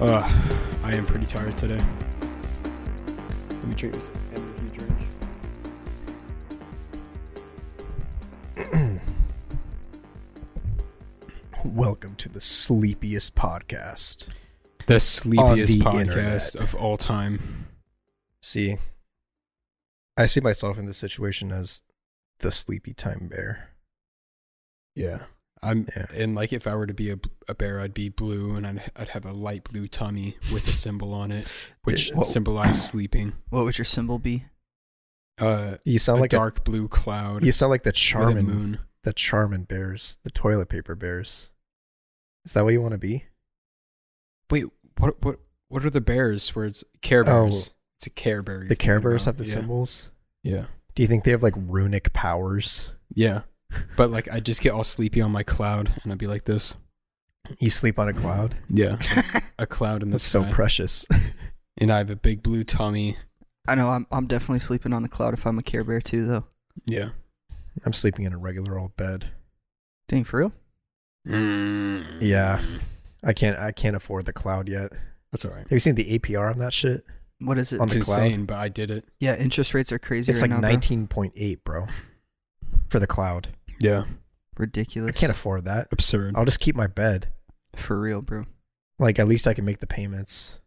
Uh, I am pretty tired today. Let me drink this energy drink. Welcome to the sleepiest podcast The on the sleepiest internet. podcast of all time. See, I see myself in this situation as the sleepy time bear. Yeah. I'm Yeah. and like if I were to be a, a bear, I'd be blue and I'd, I'd have a light blue tummy with a symbol on it, which Whoa. symbolizes sleeping. What would your symbol be? Uh, You sound a like dark blue cloud a, you sound like the with a Charmin, moon. the Charmin bears, the toilet paper bears. Is that what you want to be? Wait, what what what are the bears? Where it's Care Bears. It's a Care Bear. you're Oh. The Care thinking Bears have about. the yeah. symbols. Yeah. Do you think they have like runic powers? Yeah. But like I just get all sleepy on my cloud and I'd be like this. You sleep on a cloud. Yeah. A cloud in the That's sky. so precious. and I have a big blue tummy. I know I'm I'm definitely sleeping on the cloud if I'm a Care Bear too though. Yeah. I'm sleeping in a regular old bed. Dang, for real? Yeah. I can't. I can't afford the cloud yet. That's all right. Have you seen the APR on that shit? What is it? On It's the cloud? insane, but I did it. yeah, interest rates are crazy It's right like now, bro. 19.8, bro, for the cloud. Yeah. I Ridiculous. can't afford that. Absurd. I'll just keep my bed. for real, bro. Like at least I can make the payments.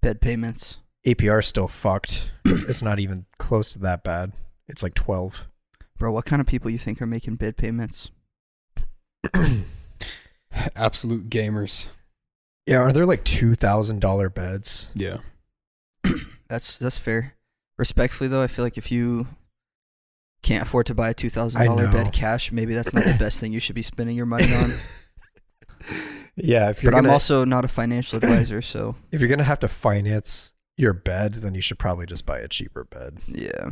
Bed payments. APR's still fucked. it's not even close to that bad. It's like 12. Bro, what kind of people you think are making bed payments? Absolute gamers. yeah, are there like $2,000 beds? Yeah. That's that's fair. Respectfully though, I feel like if you can't afford to buy a two thousand dollar know. bed cash, maybe that's not the best thing you should be spending your money on. Yeah, if but you're I'm gonna, also not a financial advisor, so if you're gonna have to finance your bed, then you should probably just buy a cheaper bed. yeah.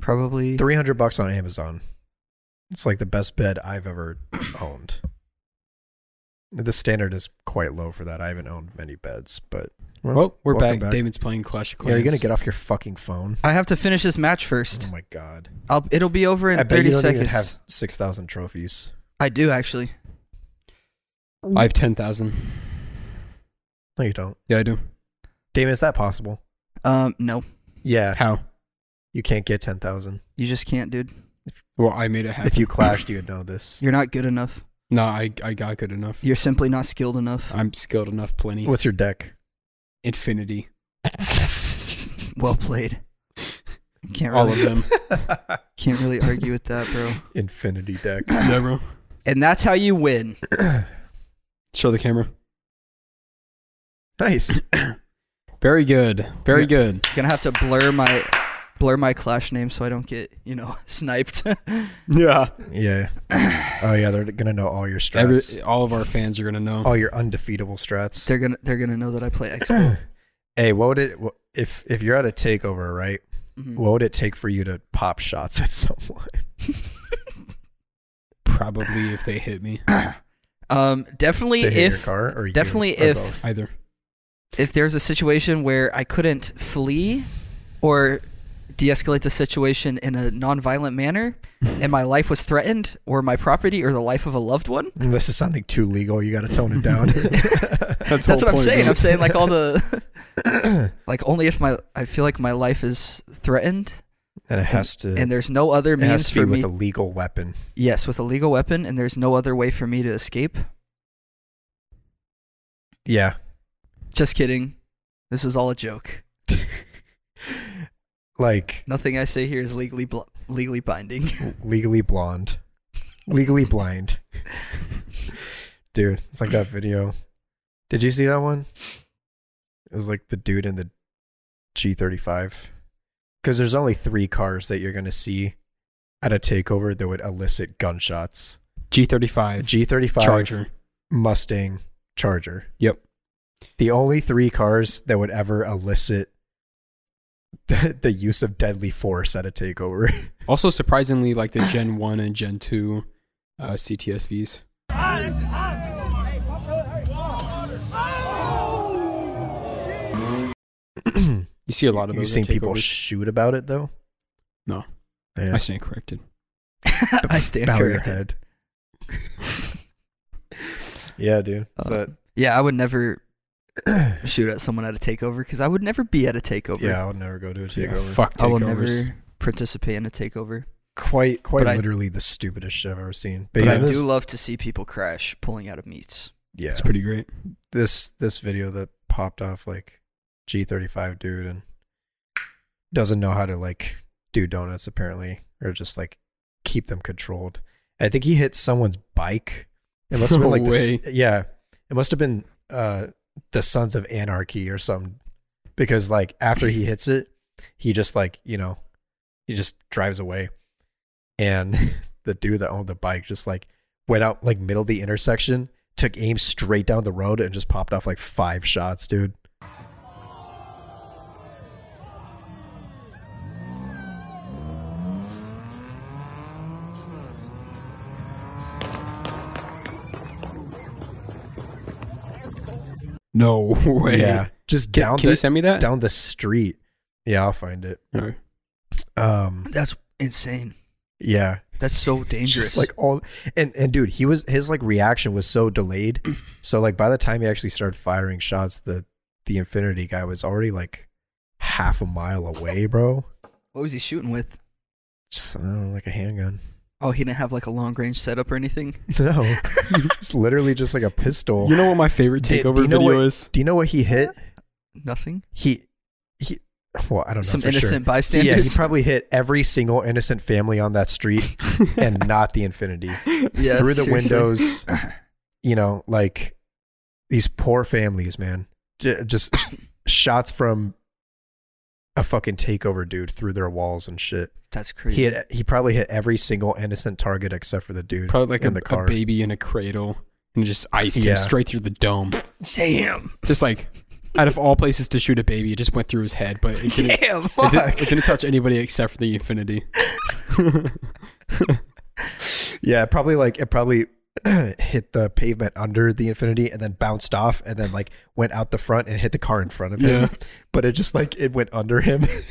Probably 300 bucks on Amazon. It's like the best bed I've ever owned. The standard is quite low for that. I haven't owned many beds, but Well, we're welcome back. Damon's playing Clash of Yeah, Clans. you're gonna get off your fucking phone. I have to finish this match first. Oh my god! I'll, it'll be over in I bet you 30 don't seconds. even have six thousand trophies. I do actually. I have 10,000. No, you don't, Yeah, I do. Damon. Is that possible? Um, no, Yeah, How? you can't get ten thousand. you just can't, dude. Well, I made it happen. If you clashed, you'd know this. You're not good enough. No, I, I got good enough. You're simply not skilled enough. I'm skilled enough, plenty. What's your deck? Infinity. Well played. Can't Oh, All of really, them. can't really argue with that, bro. Infinity deck. yeah, bro. And that's how you win. Show the camera. nice. Very good. Very Yeah. good. Gonna have to blur my blur my clash name so I don't get you know sniped. Yeah. Yeah. Oh yeah, they're gonna know all your Every, strats, all of our fans are going to know. all your undefeatable strats. they're gonna they're gonna know that I play X. hey, what would it wh- if if you're at a takeover, right? Mhm. What would it take for you to pop shots at someone? Probably if they hit me. um, definitely They hit your if car or you, definitely or if- both? Either. if there's a situation where I couldn't flee or de-escalate the situation in a non-violent manner and my life was threatened or my property or the life of a loved one This is sounding too legal. You got to tone it down. That's, the that's whole what i'm point, saying bro. i'm saying like all the like only if my i feel like my life is threatened and it has to. and there's no other it has means to be for me with a legal weapon. yes with a legal weapon and there's no other way for me to escape Yeah. just kidding this is all a joke Like nothing i say here is legally bl- legally binding legally blonde, legally blind. Dude, it's like that video. Did you see that one? It was like the dude in the G35. Because there's only three cars that you're going to see at a takeover that would elicit gunshots G35. G35, Charger. Mustang, Charger. Yep. The only three cars that would ever elicit the, the use of deadly force at a takeover. Also, surprisingly, like the Gen 1 and Gen 2 uh, CTSVs. You see a lot of you those. seen at people takeovers. shoot about it though? No. Yeah. I stand corrected. i stand Bow your corrected head. yeah, dude. Uh, So Yeah, I would never shoot at someone at a takeover because I would never be at a takeover. Yeah, I would never go to a Yeah, takeover. fuck I will takeovers. never participate in a takeover. Quite, quite But I- literally the stupidest shit I've ever seen. But, But yeah, I this, do love to see people crash pulling out of meats. yeah, It's pretty great. this this video that popped off like G35 dude and doesn't know how to like do donuts apparently or just like keep them controlled. I think he hit someone's bike. It must have been No like this, yeah, it must have been uh the Sons of Anarchy or something because like after he hits it, he just like, you know, he just drives away. And the dude that owned the bike just like went out like middle of the intersection took aim straight down the road and just popped off like five shots, dude. No way. Yeah, just Can, down can you the send me that? down the street. Yeah, I'll find it. Alright. Um, That's insane. yeah, That's so dangerous. just like all and and dude, he was his like reaction was so delayed. so like by the time he actually started firing shots, the the Infinity guy was already like half a mile away, bro. what was he shooting with? Just I don't know, like a handgun. Oh, he didn't have like a long range setup or anything. No, it's literally just like a pistol. You know what my favorite Do- do takeover you know video what- is? Do you know what he hit? Nothing. He he. Well, I don't know. Some for sure. innocent Yeah, he bystanders. probably hit every single innocent family on that street and not the infinity. Yeah, Through the seriously. windows, you know, like these poor families, man. J- Just shots from a fucking takeover dude through their walls and shit. That's crazy. He hit, he probably hit every single innocent target except for the dude Probably like in a, the a car. baby in a cradle and just iced Yeah. him straight through the dome. Damn. Just like out of all places to shoot a baby, it just went through his head, but it didn't, Damn. it Fuck. didn't, it didn't touch anybody except for the infinity. Yeah, probably like it probably hit the pavement under the infinity and then bounced off and then like went out the front and hit the car in front of him. Yeah. But it just like it went under him. It,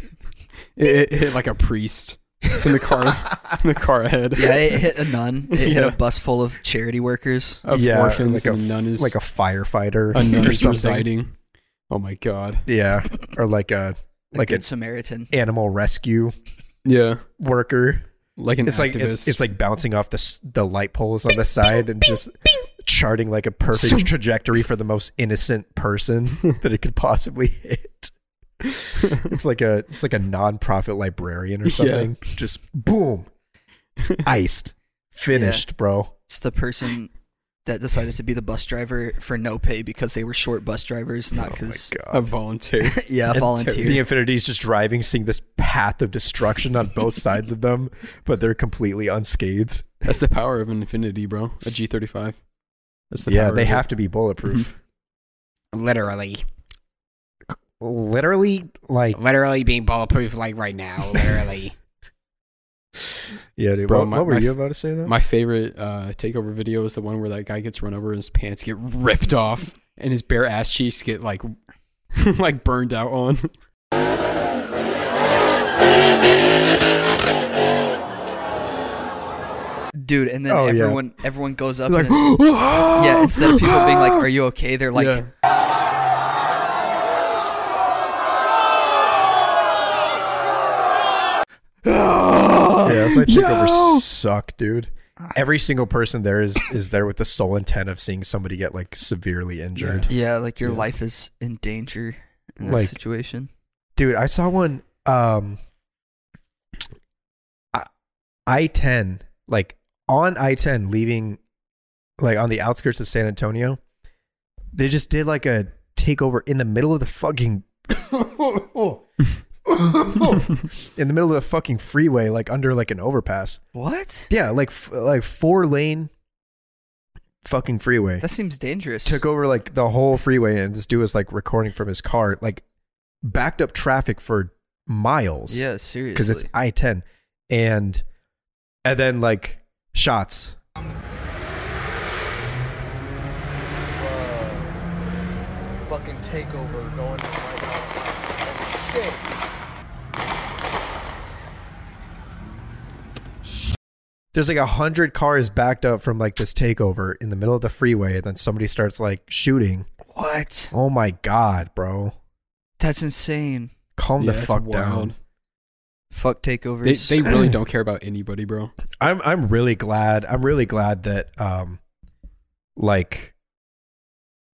it hit like a priest in the car, in the car head. yeah, it hit a nun. It hit Yeah. a bus full of charity workers. Of orphans like a and nun is like a firefighter a nun or is something. residing. Oh my god. Yeah, or like a like a an good Samaritan. animal rescue Yeah. worker. Like an It's activist. like it's, it's like bouncing off the s- the light poles on the side and just charting like a perfect trajectory for the most innocent person that it could possibly hit. It's like a it's like a nonprofit librarian or Yeah. something. Just boom, iced, finished, bro. Oh It's the person that decided to be the bus driver for no pay because they were short bus drivers, not because Oh God. a volunteer. yeah, And volunteer. The Infinity's just driving, seeing this path of destruction on both sides of them, but they're completely unscathed. That's the power of an infinity, bro. A G thirty five. That's the yeah, power they of Mm-hmm. it. have to be bulletproof. literally, Literally, like literally being bulletproof like right now, literally. yeah, dude. Bro, what, my- what were my you f- about to say though? My favorite uh, takeover video is the one where that guy gets run over and his pants get ripped off and his bare ass cheeks get like like burned out on. Dude, and then Oh, yeah. everyone everyone goes up Like, and it's, yeah, instead of people being like, "Are you okay?" They're like, Yeah. yeah, that's my takeover Yo! suck, dude. Every single person there is is there with the sole intent of seeing somebody get like severely injured. "Yeah, like your Yeah. life is in danger in that Like- situation." dude i saw one um I- i-10 like on i-10 leaving like on the outskirts of san antonio they just did like a takeover in the middle of the fucking in the middle of the fucking freeway like under like an overpass What? yeah like f- like four lane fucking freeway That seems dangerous. took over like the whole freeway and this dude was like recording from his car like backed up traffic for miles yeah, seriously. because it's i-10 and and then like shots fucking takeover going to my house. Oh, shit. there's like a hundred cars backed up from like this takeover in the middle of the freeway, and then somebody starts like shooting. What? Oh my god, bro! That's insane. Calm Yeah, the that's fuck wild. down. Fuck They, takeovers. they really don't care about anybody, bro. I'm I'm really glad. I'm really glad that um, like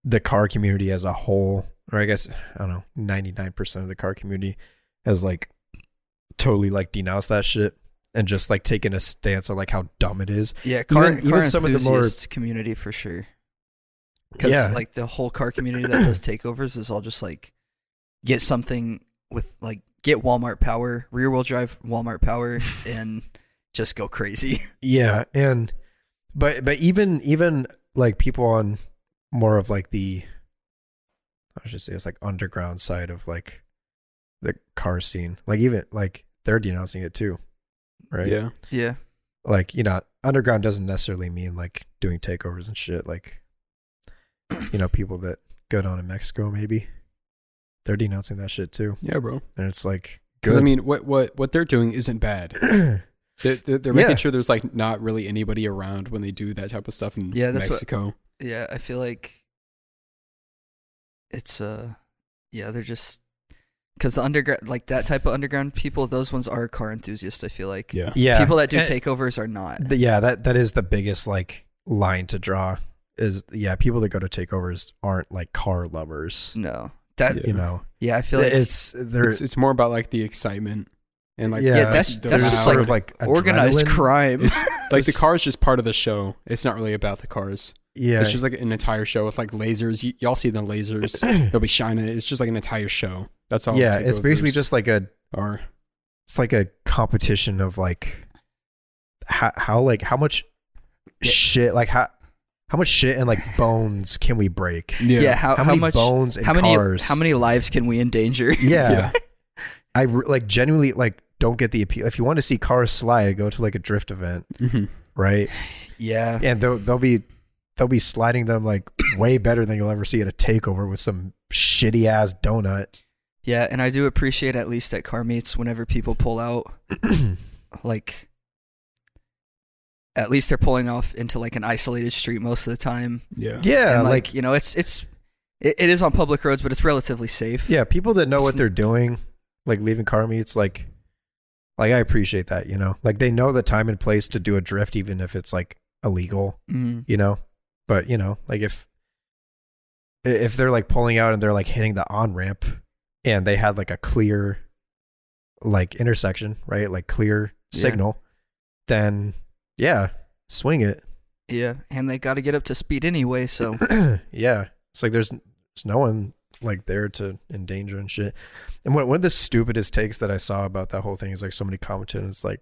the car community as a whole, or I guess I don't know, ninety nine percent of the car community has like totally like denounced that shit and just like taken a stance on like how dumb it is. yeah, car, even- car even some of the more- enthusiast community for sure. Because Yeah. like the whole car community that does takeovers is all just like get something with like get Walmart power, rear wheel drive Walmart power, and just go crazy. Yeah, and but but even even like people on more of like the I should say it's like underground side of like the car scene. Like even like they're denouncing it too. Right? Yeah. Yeah. Like, you know, underground doesn't necessarily mean like doing takeovers and shit. Like you know, people that go down to Mexico maybe. They're denouncing that shit too. Yeah, bro. And it's like Because I good. mean, what what what they're doing isn't bad. They're, they're, they're making Yeah. sure there's like not really anybody around when they do that type of stuff in Yeah, that's what- Mexico. Yeah, I feel like it's uh yeah, they're just cuz the underground like that type of underground people, those ones are car enthusiasts, I feel like. yeah. yeah. People that do And- takeovers are not. Th- yeah, that that is the biggest like line to draw is yeah, people that go to takeovers aren't like car lovers, No. That yeah, Mm. Yeah. you know. I feel like it's they're It's, it's more about like the excitement and like Yeah, yeah, that's the that's there's just sort like, of like organized adrenaline. crime. It's- like the there's- cars just part of the show. It's not really about the cars. Yeah, It's just like an entire show with like lasers. Y- y'all see the lasers? They'll be shining. It's just like an entire show. That's all. yeah, it's basically takeovers just like a are. it's like a competition of like how how like how much shit like how how much shit and like bones can we break? yeah. how, How, how, many much bones and how many cars? how many lives can we endanger? Yeah. Yeah. I re- like genuinely like don't get the appeal. If you want to see cars slide, go to like a drift event, Mhm. right? yeah. And they'll they'll be they'll be sliding them like way better than you'll ever see at a takeover with some shitty ass donut. Yeah, and I do appreciate at least at car meets whenever people pull out, like, at least they're pulling off into like an isolated street most of the time. Yeah. Yeah, and, like, like, you know, it's it's it, it is on public roads, but it's relatively safe. yeah, people that know what they're doing, like leaving car meets, like like I appreciate that, you know. Like they know the time and place to do a drift, even if it's like illegal. Mm. you know but you know like if i- if they're like pulling out and they're like hitting the on ramp and they had like a clear like intersection right like clear Yeah. signal then yeah swing it yeah, and they got to get up to speed anyway. So yeah it's like there's there's no one like there to endanger and shit and one, one of the stupidest takes that i saw about that whole thing is like somebody commented and it's like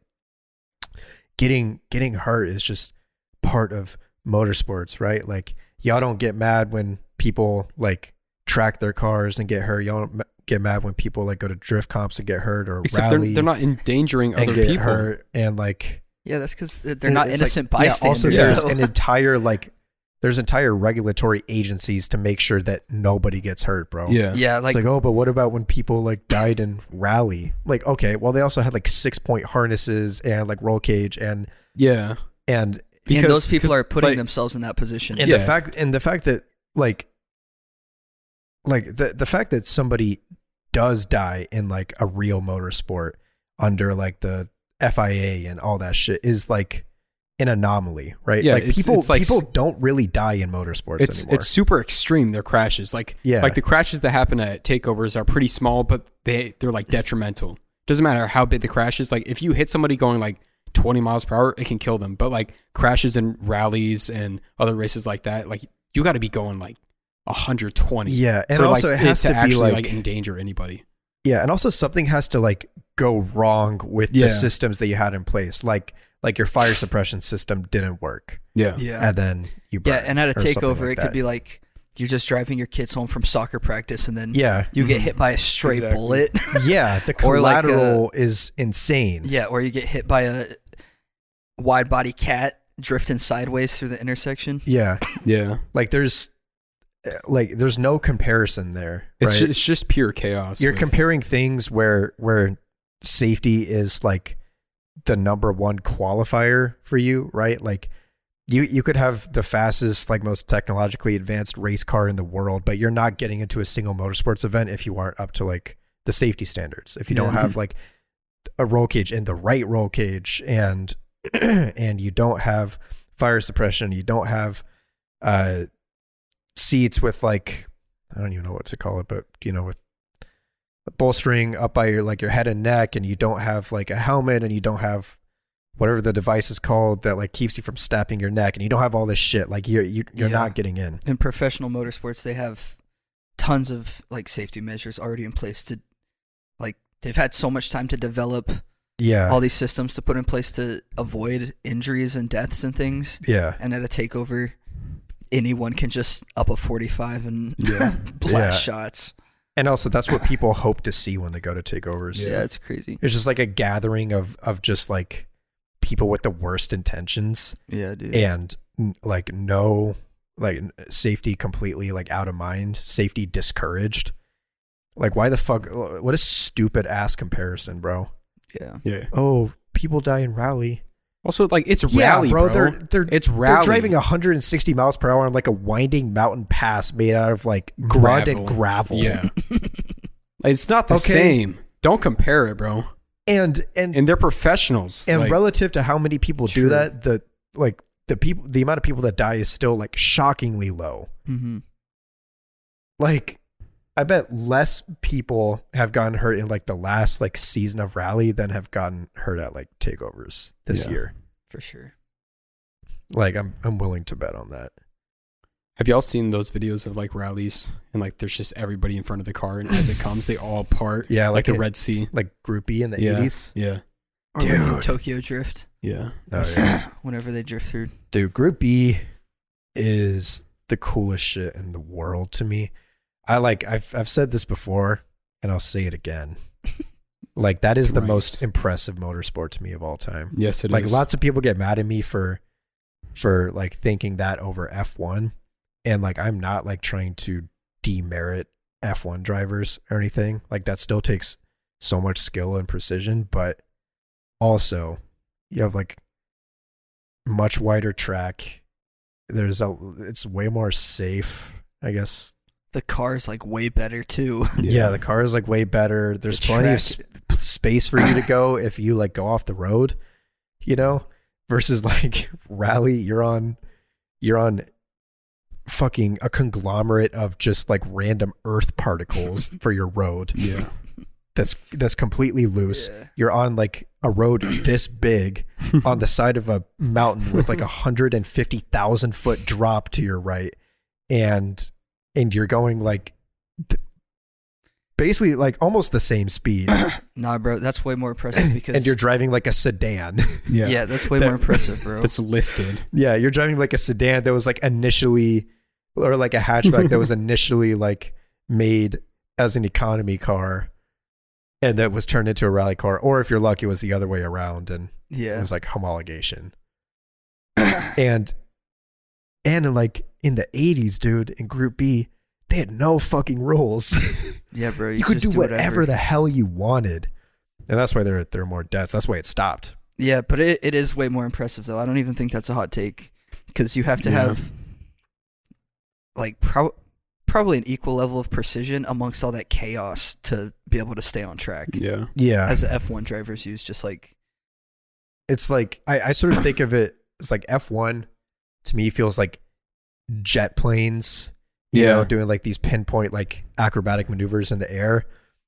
getting getting hurt is just part of motorsports, right? Like y'all don't get mad when people like track their cars and get hurt. Y'all don't ma- get mad when people like go to drift comps and get hurt or Except they're, rally they're not endangering and other get people. hurt and like yeah, that's because they're and not it's innocent like, yeah, bystanders. also, there's so- an entire like there's entire regulatory agencies to make sure that nobody gets hurt, bro. Yeah. yeah, Like, like, it's like, oh, but what about when people like died in rally? Like, okay, well, they also had like six point harnesses and like roll cage and Yeah. and and those people because, are putting like, themselves in that position. and the Yeah. fact and the fact that like like the the fact that somebody does die in like a real motorsport under like the FIA and all that shit is like an anomaly, right? Yeah, like it's- people it's like- people don't really die in motorsports It's anymore. it's super extreme. Their crashes, like Yeah. like the crashes that happen at takeovers, are pretty small, but they they're like detrimental. Doesn't matter how big the crash is. Like if you hit somebody going like 20 miles per hour, it can kill them. But like crashes in rallies and other races like that, like you got to be going like 120. yeah, and for, also like, it has to, be actually like, endanger anybody. yeah, and also something has to like go wrong with Yeah. the systems that you had in place, like like your fire suppression system didn't work, Yeah. yeah, and then you burn yeah, and at a or something takeover, like it could that. be like you're just driving your kids home from soccer practice, and then yeah, Mm-hmm. you get hit by a stray Exactly. bullet. Yeah, the Or like a- collateral is insane. yeah, or you get hit by a wide body cat drifting sideways through the intersection. Yeah, Yeah. like there's eh, like there's no comparison there. It's right? ju- it's just pure chaos. You're with- comparing things where where safety is like the number one qualifier for you, right? Like you you could have the fastest, like most technologically advanced race car in the world, but you're not getting into a single motorsports event if you aren't up to like the safety standards. If you don't Yeah. have like a roll cage and the right roll cage and and you don't have fire suppression, you don't have uh seats with like I don't even know what to call it, but you know, with bolstering up by your like your head and neck and you don't have like a helmet and you don't have whatever the device is called that like keeps you from snapping your neck and you don't have all this shit like you're you, you're Yeah. not getting in in professional motorsports they have tons of like safety measures already in place to like they've had so much time to develop yeah all these systems to put in place to avoid injuries and deaths and things yeah and at a takeover anyone can just up a 45 and Yeah. blast Yeah. shots and also that's what people hope to see when they go to takeovers yeah it's crazy it's just like a gathering of of just like people with the worst intentions yeah dude and n- like no like n- safety completely like out of mind safety discouraged like why the fuck uh, what a stupid ass comparison bro yeah Yeah. oh people die in rally Also, like it's yeah, rally, bro, bro. They're they're it's they're rally. driving 160 miles per hour on like a winding mountain pass made out of like mud and Gravel. gravel. Yeah. it's not the Okay. same. Don't compare it, bro. and and and, And they're professionals. like- relative to how many people True. do that, the like the people the amount of people that die is still like shockingly low. mm-hmm. Like, I bet less people have gotten hurt in like the last like season of rally than have gotten hurt at like takeovers this Yeah. year. for sure Like, I'm I'm willing to bet on that. have y'all seen those videos of like rallies and like there's just everybody in front of the car and as it comes they all part. Yeah, like, like the it- Red Sea. Like groupie in the Yeah. 80s. Yeah. or like in Dude. tokyo drift Yeah. Oh, yeah. whenever they drift through Dude, Group B is the coolest shit in the world to me. I like I've I've said this before and I'll say it again. Like that is the Right. most impressive motorsport to me of all time. Yes, it is. like lots of people get mad at me for for like thinking that over F1 and like I'm not like trying to demerit F1 drivers or anything. Like that still takes so much skill and precision, but also you have like much wider track. There's a it's way more safe, I guess. the car's like way better too Yeah, the car is like way better. There's The plenty track- of sp- space for you to go if you like go off the road, you know, versus like rally you're on you're on fucking a conglomerate of just like random earth particles for your road Yeah. that's that's completely loose. Yeah. You're on like a road this big on the side of a mountain with like a hundred and fifty thousand foot drop to your right, and and you're going like th- basically like almost the same speed, nah bro that's way more impressive because and you're driving like a sedan. yeah, Yeah. that's way That- more impressive bro That's lifted. yeah, you're driving like a sedan that was like initially, or like a hatchback that was initially like made as an economy car. And that was turned into a rally car, or if you're lucky, it was the other way around, and It yeah was like homologation. and and in like in the eighties, dude, in group B, they had no fucking rules. yeah bro you could just do whatever, the hell you wanted. And that's why there there are more deaths. That's why it stopped. Yeah, but it, it is way more impressive though. I don't even think that's a hot take because you have to Yeah. have like prob probably an equal level of precision amongst all that chaos to be able to stay on track. Yeah. Yeah. As the F1 drivers use just like it's like I, I sort of think of it as like F one to me feels like jet planes, you Yeah. know, doing like these pinpoint like acrobatic maneuvers in the air.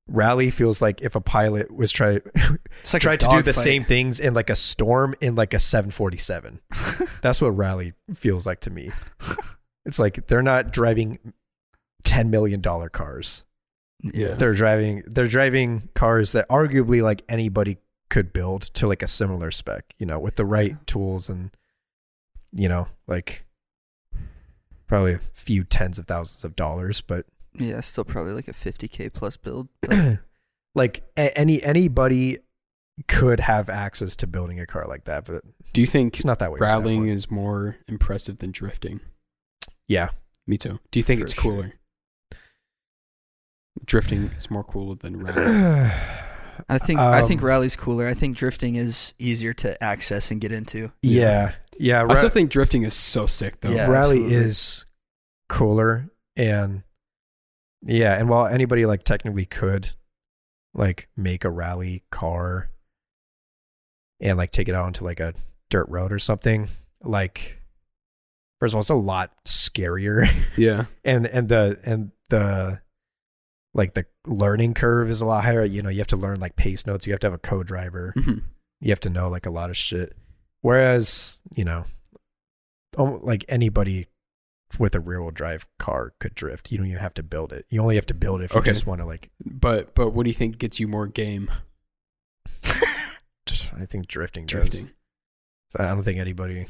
Rally feels like if a pilot was try it's like a tried to do the dogfight. same things in like a storm in like a 747. That's what rally feels like to me. It's like they're not driving 10 million dollar cars. Yeah. They're driving they're driving cars that arguably like anybody could build to like a similar spec, you know, with the right tools and you know, like probably a few tens of thousands of dollars, but Yeah, still probably like a 50k plus build. like a- any anybody could have access to building a car like that, but Do you think it's not that way. with that rallying one. is more impressive than drifting? Yeah. Me too. Do you think For it's sure. cooler? Drifting is more cool than rallying. I I think I think Um, rally's cooler. I think drifting is easier to access and get into. Yeah, yeah. I ra- still think drifting is so sick though. Yeah, rally absolutely. is cooler and yeah and while anybody like technically could like make a rally car and like take it out onto like a dirt road or something like first of all it's a lot scarier Yeah. and and the and the like the learning curve is a lot higher you know you have to learn like pace notes you have to have a co-driver Mhm. you have to know like a lot of shit. Whereas, you know, almo- like anybody with a rear wheel drive car could drift. You don't even have to build it. You only have to build it if Okay. you just want to like. But but what do you think gets you more game Just, I think drifting, drifting. drifting? So I don't think anybody.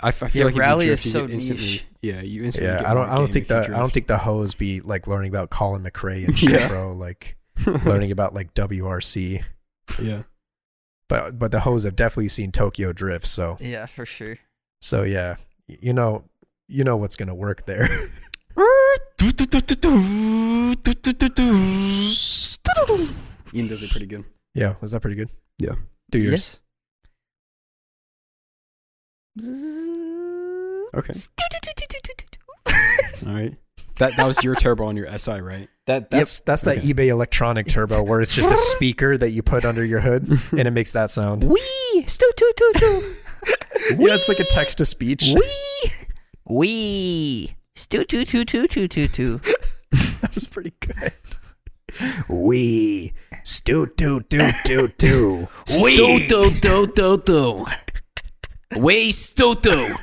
I, f- I feel Yeah, like if you rally drift, is you so get instantly, niche. Yeah, you instantly. Yeah, get I don't. more I don't game think if you the. I don't drift. think the hoes be like learning about Colin McRae and shit, Yeah. bro. Like learning about like WRC. yeah. But but the hoes have definitely seen Tokyo Drift. So Yeah, for sure. so yeah, Y- you know you know what's gonna work there. Ian does it pretty good. yeah, was that pretty good? Yeah. Do yours. Okay. All right. That that was your turbo on your SI, right? That that's that's that Okay. eBay electronic turbo where it's just a speaker that you put under your hood and it makes that sound. Wee! Stu too too too! Yeah, it's like a text to speech. Wee! Wee! Stu too too too too too too. That was pretty good. Wee. Stu do do do do. Wee! Stu too too too! Wee stu too!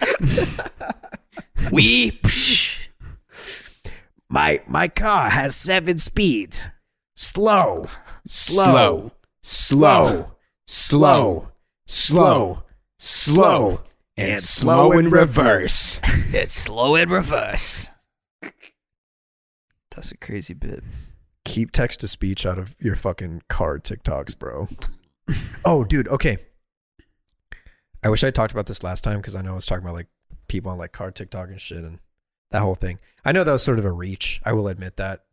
Wee! Psh! My my car has seven speeds. Slow. Slow. Slow. Slow. Slow. Slow. And slow in reverse. It's slow in reverse. That's a crazy bit. Keep text to speech out of your fucking car TikToks, bro. Oh, dude, okay. I wish I talked about this last time because I know I was talking about like people on like car TikTok and shit and that whole thing. I know that was sort of a reach. I will admit that.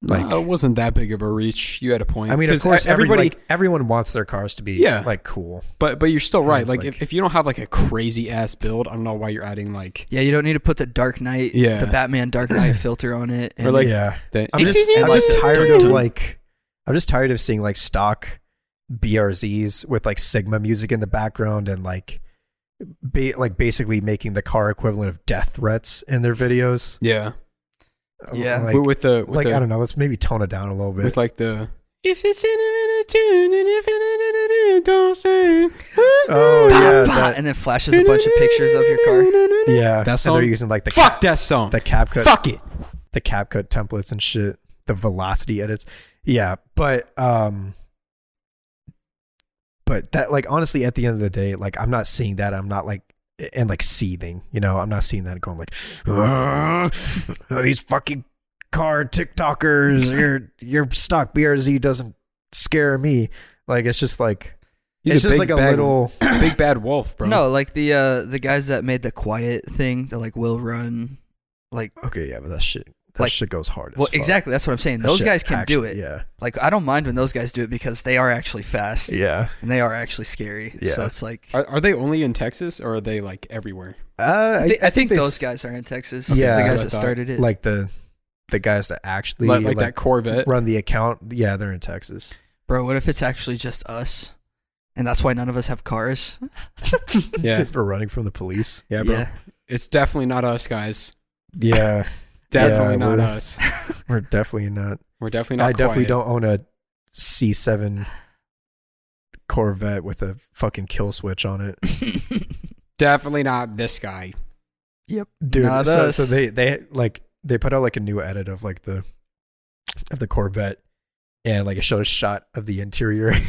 Like- Like Uh, it wasn't that big of a reach. You had a point. I mean, of 'Cause course, e- everybody, everyone wants their cars to be Yeah. like cool. but but you're still And right. it's Like, like- if, if you don't have like a crazy ass build, I don't know why you're adding like Yeah, you don't need to put the Dark Knight, Yeah. the Batman Dark Knight filter on it. Or like- yeah, that. I'm just, you I'm like just to tired do- of like, I'm just tired of seeing like stock BRZs with like Sigma music in the background and like, ba- like basically making the car equivalent of death threats in their videos. yeah. Yeah. like, with, with the with like the, I don't know. Let's maybe tone it down a little bit. with like the. If you sit in a tune and if you don't say. Oh yeah, Bah, bah, that- and then flashes a bunch of pictures of your car. yeah, That And song. they're using like the Fuck cap, that song. the cap cut Fuck it. the cap cut templates and shit, the velocity edits. Yeah, but um but that like honestly at the end of the day, like I'm not seeing that. I'm not like and like seething, you know, I'm not seeing that going like "Ugh, oh, these fucking car TikTokers, your your stock BRZ doesn't scare me. Like it's just like He's it's a just big like a bad- little big bad wolf, bro. No, like the uh, the guys that made the quiet thing, the like will run, like Okay, yeah, but that shit that Like- shit goes hard as well, fuck. exactly. That's what I'm saying. That Those shit guys can do actually- it. Yeah. Like I don't mind when those guys do it because they are actually fast Yeah. and they are actually scary. So Yeah. it's like Are, are they only in Texas or are they like everywhere? Uh, I, thi- I think they those s- guys are in Texas. Okay, Yeah. the that's guys what I that thought. started it. like the the guys that actually Like, like, like, that Corvette. run the account. Yeah, they're in Texas. bro, what if it's actually just us, and that's why none of us have cars? Yeah. we're running from the police. Yeah, bro. It's definitely not us, guys. Yeah, Definitely Yeah, not we're- us. we're definitely not. We're definitely not. I definitely quiet. don't own a C7 Corvette with a fucking kill switch on it, Definitely not this guy. Yep. dude. Not so, us. so they they like they put out like a new edit of like the of the Corvette, and like it showed a shot of the interior.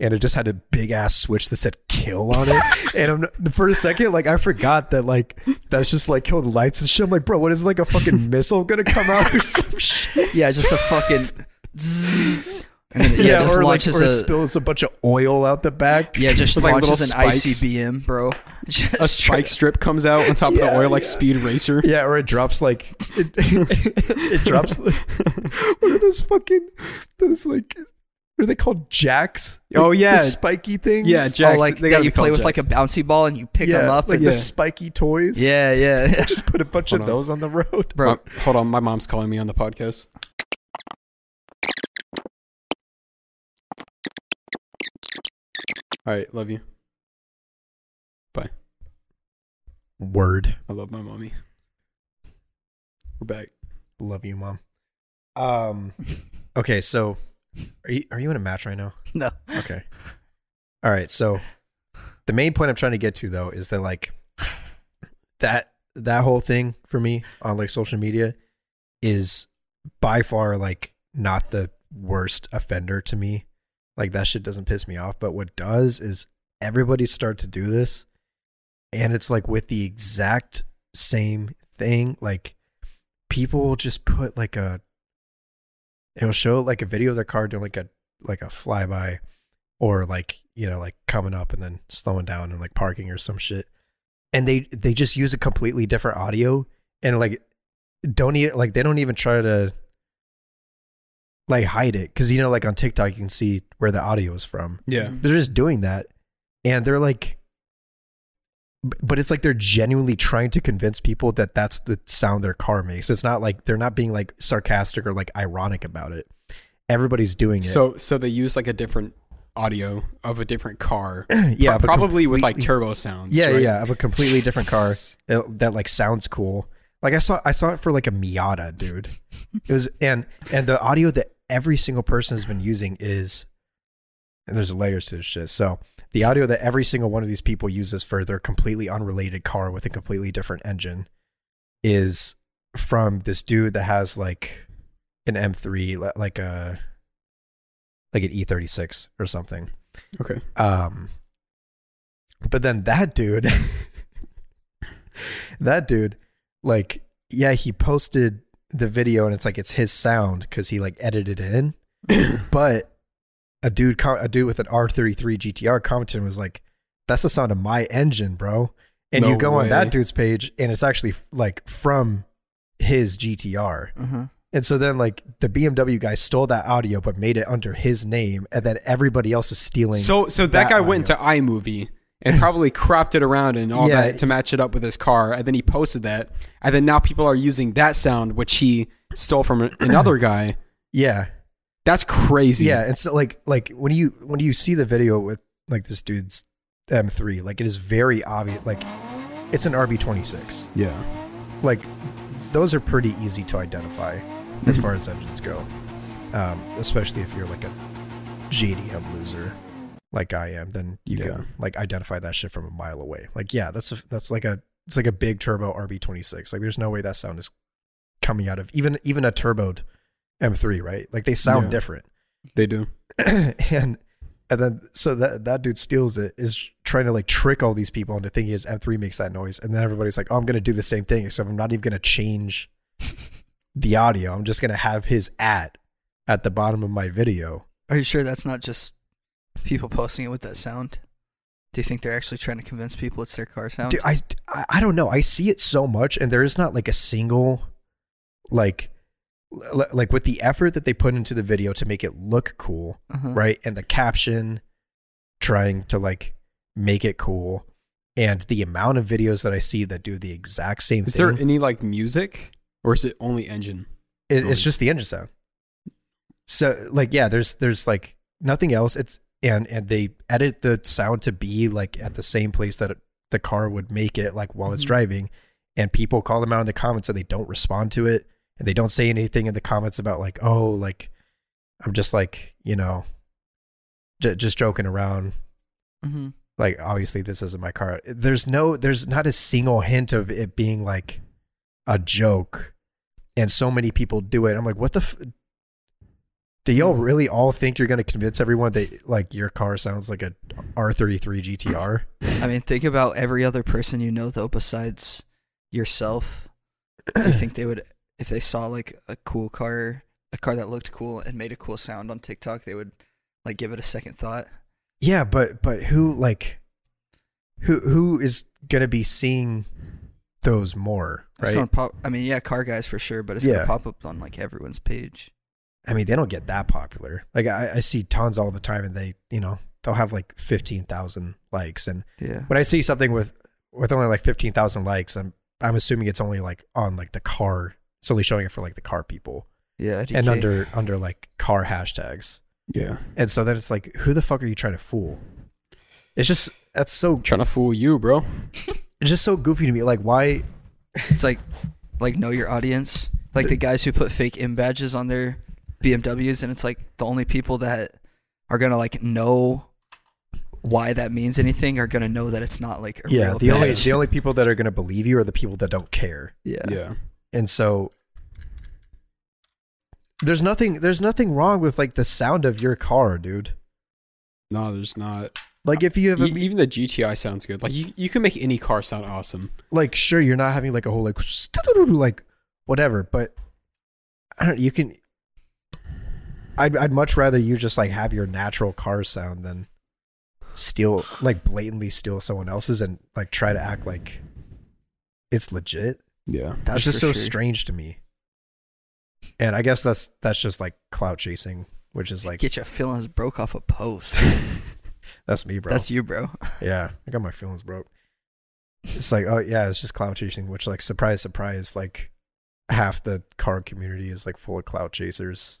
And it just had a big ass switch that said "kill" on it, and I'm, for a second, like I forgot that, like that's just like killed lights and shit. I'm like, bro, what is like a fucking missile gonna come out or some shit? Yeah, just a fucking. zzz, and then, yeah, just or like, launches or it a. spills a bunch of oil out the back. yeah, just With, like, little launches an spikes. ICBM, bro. Just A spike strip comes out on top of Yeah, the oil like yeah. Speed Racer. Yeah, or it drops like it, it drops. What are those fucking those like What are they called? Jacks? Oh, yeah. the spiky things. Yeah, Jack Jacks. oh, like They that gotta you be play called with like a bouncy ball and you pick yeah, them up. like and the Yeah. spiky toys. yeah, yeah, just put a bunch Hold of on. those on the road. Um, bro. My- hold on, my mom's calling me on the podcast. All right, love you. Word. I love my mommy. We're back. Love you, mom. Um. Okay, so are you are you in a match right now? No. Okay. All right. So the main point I'm trying to get to though is that like that that whole thing for me on like social media is by far like not the worst offender to me. Like that shit doesn't piss me off, but what does is everybody start to do this and it's like with the exact same thing like people just put like a it'll show like a video of their car doing like a like a flyby or like you know like coming up and then slowing down and like parking or some shit and they they just use a completely different audio and like don't even like they don't even try to like hide it because you know like on tiktok you can see where the audio is from Yeah. they're just doing that and they're like b- but it's like they're genuinely trying to convince people that that's the sound their car makes it's not like they're not being like sarcastic or like ironic about it everybody's doing it So so they use like a different audio of a different car. yeah Pro- but probably with like completely- turbo sounds. yeah right? yeah of a completely different car that, that like sounds cool like i saw i saw it for like a miata dude it was and and the audio that every single person has been using is and there's layers to this shit so the audio that every single one of these people uses for their completely unrelated car with a completely different engine is from this dude that has like an m3 li- like a like an e36 or something Okay. um, but then that dude, that dude, like, yeah, he posted the video and it's like it's his sound because he like edited it in. but a dude, com- a dude with an R33 GTR commented and was like, "That's the sound of my engine, bro." And No you go on that way. dude's page and it's actually like from his GTR. Uh-huh. And so then like the BMW guy stole that audio but made it under his name and then everybody else is stealing So so that, that guy went to iMovie and probably cropped it around and all Yeah. that to match it up with his car, and then he posted that, and then now people are using that sound which he stole from another guy. Yeah. That's crazy. Yeah. And so like like when you when you see the video with like this dude's M3, like it is very obvious like it's an RB26. Yeah. Like those are pretty easy to identify Mm-hmm. as far as engines go. Um, especially if you're like a JDM loser like I am, then you Yeah. can like identify that shit from a mile away. Like yeah, that's a, that's like a it's like a big turbo RB26. Like there's no way that sound is coming out of even even a turboed M3, right? Like they sound Yeah. different. They do. and and then so that that dude steals it is trying to like trick all these people into thinking his M3 makes that noise, and then everybody's like, "Oh, I'm gonna do the same thing, except I'm not even gonna change the audio. I'm just gonna have his at at the bottom of my video." Are you sure that's not just people posting it with that sound? Do you think they're actually trying to convince people it's their car sound? Dude, I I- I don't know. I see it so much, and there is not like a single like l- like with the effort that they put into the video to make it look cool. uh-huh. right? And the caption trying to like make it cool. And the amount of videos that I see that do the exact same Is there thing, any like music, or is it only engine? it, it's just the engine sound. So like yeah, there's there's like nothing else. It's and and they edit the sound to be like at the same place that it- the car would make it like while it's Mhm. driving. And people call them out in the comments and they don't respond to it and they don't say anything in the comments about like oh like I'm just like you know j- just joking around Mm-hmm. like obviously this isn't my car there's no there's not a single hint of it being like a joke and so many people do it i'm like what the f- do y'all really all think you're going to convince everyone that like your car sounds like a r33 gtr I mean, think about every other person you know though, besides yourself. Do you think they would, if they saw like a cool car, a car that looked cool and made a cool sound on TikTok, they would like give it a second thought? yeah but but who like who who is going to be seeing those more It's right gonna pop. I mean, yeah, car guys for sure, but it's Yeah. gonna pop up on like everyone's page. I mean, they don't get that popular. Like I, I see tons all the time, and they, you know, they'll have like fifteen thousand likes. And Yeah. when I see something with with only like fifteen thousand likes, I'm I'm assuming it's only like on like the car. It's only showing it for like the car people Yeah. DK. and under under like car hashtags. Yeah. And so then it's like, who the fuck are you trying to fool? It's just that's so Trying to fool you, bro. it's just so goofy to me. Like why? It's like, like know your audience. Like the guys who put fake M badges on their BMWs, and it's like the only people that are gonna like know why that means anything are gonna know that it's not like a Yeah, real the only badge. the only people that are gonna believe you are the people that don't care. yeah. Yeah. And so there's nothing there's nothing wrong with like the sound of your car, dude. No, there's not. Like if you have a E- even the GTI sounds good. Like you, you can make any car sound awesome. like sure you're not having like a whole like like whatever, but I don't you can I'd I'd much rather you just like have your natural car sound than steal like blatantly steal someone else's and like try to act like it's legit. Yeah. That's it's just so for sure. strange to me. And I guess that's that's just like clout chasing, which is like Get your feelings broke off a post. that's me, bro. That's you, bro. Yeah, I got my feelings broke. It's like, oh yeah, it's just clout chasing, which like surprise, surprise, like half the car community is like full of clout chasers.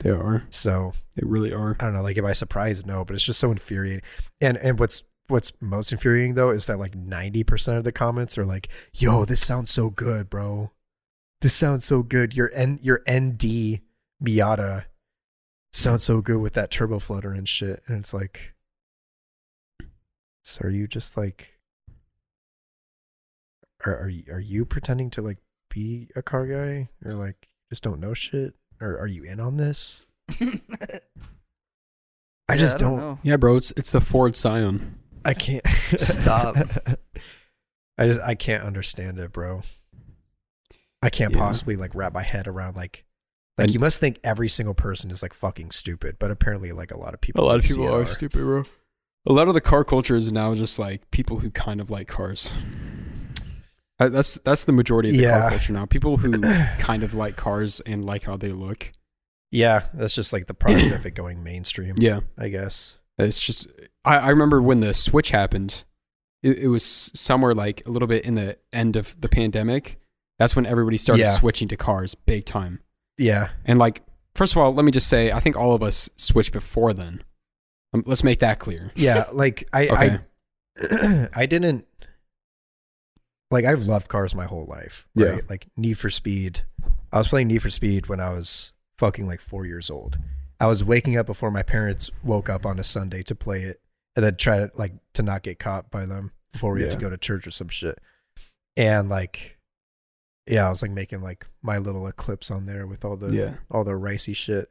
They are. So They really are. I don't know, like am I surprised? No, but it's just so infuriating. And and what's what's most infuriating though is that like ninety percent of the comments are like, yo, this sounds so good, bro. This sounds so good. Your N your ND Miata sounds so good with that turbo flutter and shit. And it's like So are you just like are are you, are you pretending to like be a car guy? Or like just don't know shit? Or are you in on this? I Yeah, just don't, know. Yeah, bro. It's it's the Ford Scion. I can't Stop. I just I can't understand it, bro. I can't Yeah. possibly like wrap my head around like like And- you must think every single person is like fucking stupid, but apparently like a lot of A people lot of that people see it are stupid, bro. A lot of the car culture is now just like people who kind of like cars. Uh, That's that's the majority of the Yeah. car culture now. People who kind of like cars and like how they look. Yeah, that's just like the product of it going mainstream, Yeah, I guess. it's just I, I remember when the switch happened. It, it was somewhere like a little bit in the end of the pandemic. That's when everybody started Yeah. switching to cars big time. Yeah. And like, first of all, let me just say, I think all of us switched before then. Um, let's make that clear. Yeah, like I Okay. I I didn't like I've loved cars my whole life. Right? Yeah. Like Need for Speed. I was playing Need for Speed when I was fucking like four years old. I was waking up before my parents woke up on a Sunday to play it and then try to like to not get caught by them before we had to Yeah. go to church or some shit. And like yeah, I was like making like my little eclipse on there with all the Yeah. all the ricey shit.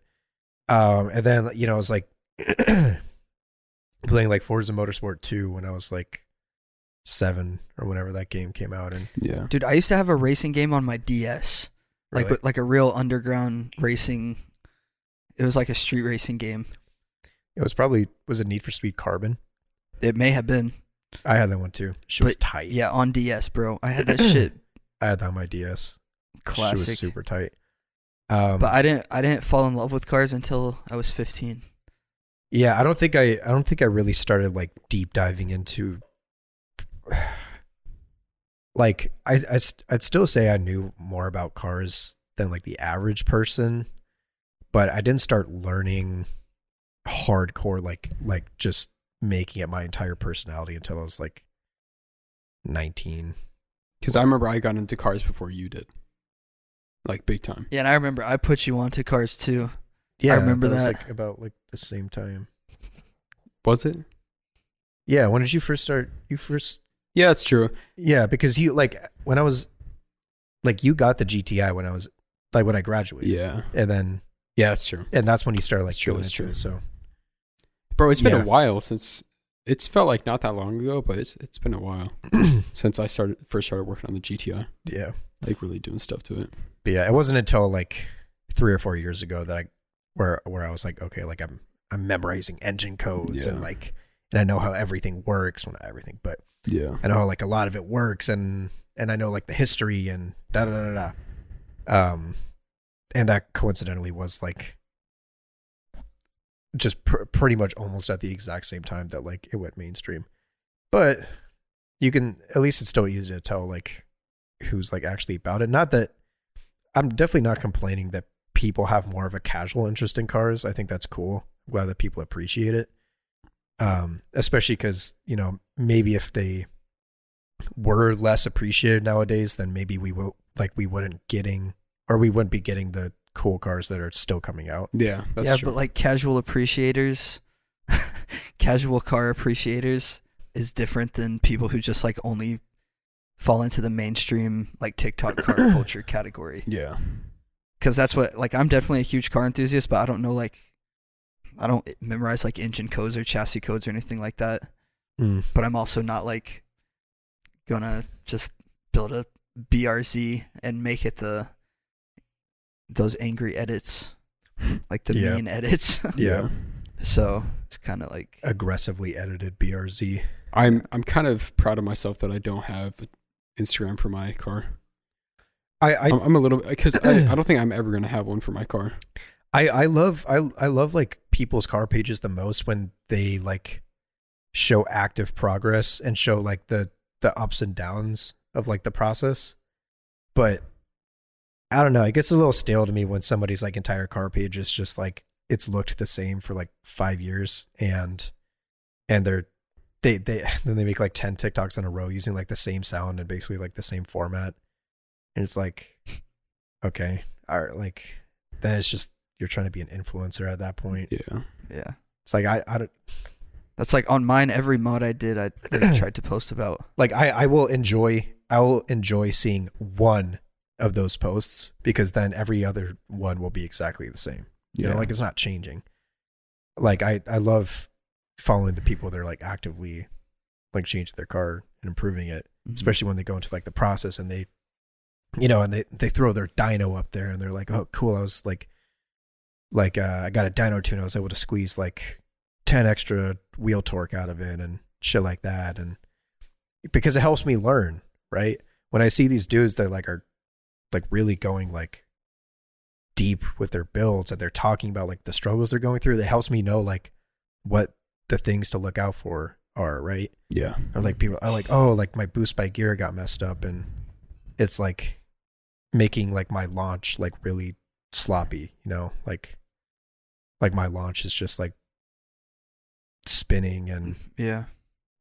Um and then you know, I was like playing like Forza Motorsport 2 when I was like 7 or whenever that game came out and Yeah. Dude, I used to have a racing game on my DS, like Really? with- like a real underground racing. It was like a street racing game. it was probably was it Need for Speed Carbon? It may have been, I had that one too. She was But- tight. yeah, on DS, bro. I had that shit I had that on my DS. classic, She was super tight. Um but I didn't. I didn't fall in love with cars until I was 15. yeah, I don't think I I don't think I really started like deep diving into like I I st- I'd still say I knew more about cars than like the average person, but I didn't start learning hardcore like like just making it my entire personality until I was like 19. Because I remember I got into cars before you did, like big time. Yeah, and I remember I put you onto cars too. Yeah, remember was, that. like about like the same time. Was it? Yeah, when did you first start you first Yeah, that's true. Yeah, because you like when I was like you got the GTI when I was like when I graduated. Yeah, And then yeah, that's true, and that's when you started like That's true, doing that's it, true. So bro. It's been Yeah. a while since it's felt like not that long ago, but it's it's been a while since I started first started working on the GTI, yeah. like really doing stuff to it. But yeah, it wasn't until like three or four years ago that I where where I was like, okay, like I'm I'm memorizing engine codes and Yeah. like and I know how everything works, well not everything, but Yeah, I know how like a lot of it works and and I know like the history and da da da da da. Um and that coincidentally was like just pr- pretty much almost at the exact same time that like it went mainstream. But you can at least it's still easy to tell like who's like actually about it. Not that I'm definitely not complaining that people have more of a casual interest in cars. I think that's cool. I'm glad that people appreciate it. Um, especially because, you know, maybe if they were less appreciated nowadays, then maybe we would like we wouldn't getting or we wouldn't be getting the cool cars that are still coming out. Yeah, that's yeah, true. but like casual appreciators, casual car appreciators is different than people who just like only fall into the mainstream like TikTok car culture category. yeah, Because that's what like I'm definitely a huge car enthusiast, but I don't know like I don't memorize like engine codes or chassis codes or anything like that. Mm. But I'm also not like gonna just build a BRZ and make it the those angry edits, like the Yeah. mean edits. Yeah. So it's kind of like Uh, Aggressively edited BRZ. I'm I'm kind of proud of myself that I don't have Instagram for my car. I, I I, Um, am I'm a little because I, I don't think I'm ever gonna have one for my car. I I love I I love like people's car pages the most when they like show active progress and show like the the ups and downs of like the process. But I don't know, it gets a little stale to me when somebody's like entire car page is just like it's looked the same for like 5 years and and they're they they then they make like 10 TikToks in a row using like the same sound and basically like the same format. And it's like okay, all right, like then it's just you're trying to be an influencer at that point. Yeah, yeah. It's like I, I don't That's like on mine. Every mod I did, I I tried to post about. like I, I will enjoy I will enjoy seeing one of those posts because then every other one will be exactly the same. You Yeah. know, like it's not changing. Like I, I love following the people that are like actively like changing their car and improving it, mm-hmm. especially when they go into like the process and they you know, and they, they throw their dyno up there and they're like, Oh, cool, I was like like uh, I got a dyno tune, I was able to squeeze like ten extra wheel torque out of it and shit like that and because it helps me learn, right? When I see these dudes that like are like really going like deep with their builds and they're talking about like the struggles they're going through, that helps me know like what the things to look out for are, right? yeah, Or like people are like, oh, like my boost by gear got messed up and it's like making like my launch like really sloppy, you know, like like my launch is just like spinning and Yeah,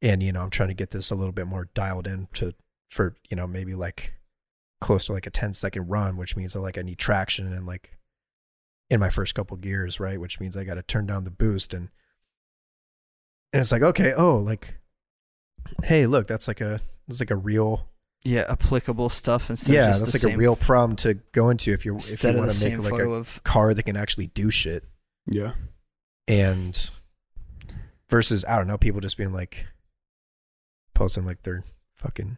and you know i'm trying to get this a little bit more dialed in to for you know maybe like close to like a 10 second run which means that like i need traction and like in my first couple gears right which means i got to turn down the boost and and it's like okay oh like hey look that's like a that's like a real yeah. Applicable stuff instead. yeah of just that's the like a same- real problem to go into if you're if Instead you of want the to same make like photo a of car that can actually do shit yeah. and versus I don't know people just being like posting like their fucking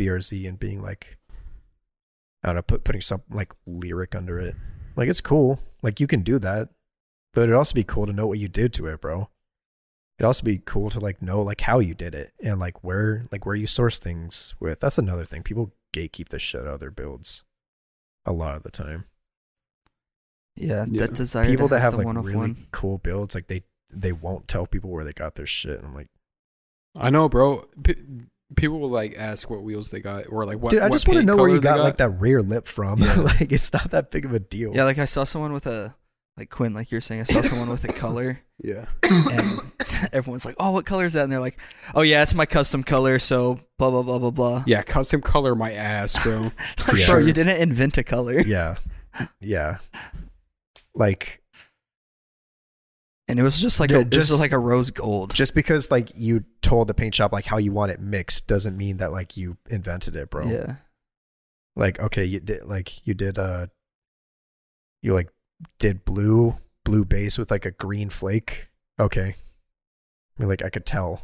BRZ and being like I don't know put, putting some like lyric under it. Like it's cool, like you can do that, but it'd also be cool to know what you did to it, bro. It'd also be cool to like know like how you did it and like where like where you source things with. That's another thing. People gatekeep the shit out of their builds a lot of the time yeah, Yeah. that desire. people to that have the like one of really one. cool builds like they they won't tell people where they got their shit and i'm like I know, bro. P- people will like ask what wheels they got or like what. dude i what just want to paint know where color you they got, like that rear lip from like it's not that big of a deal Yeah, like I saw someone with a like Quinn, like you're saying, I saw someone with a color, Yeah, and everyone's like, "Oh, what color is that?" And they're like, "Oh yeah, it's my custom color." So blah blah blah blah blah. yeah. Custom color my ass, bro. Like, yeah. Bro, you didn't invent a color, yeah yeah like and it was just like Yeah, a, it was just- just like a rose gold. just because like you told the paint shop like how you want it mixed doesn't mean that like you invented it bro Yeah, like okay you did like you did uh you like did blue blue base with like a green flake okay i mean like i could tell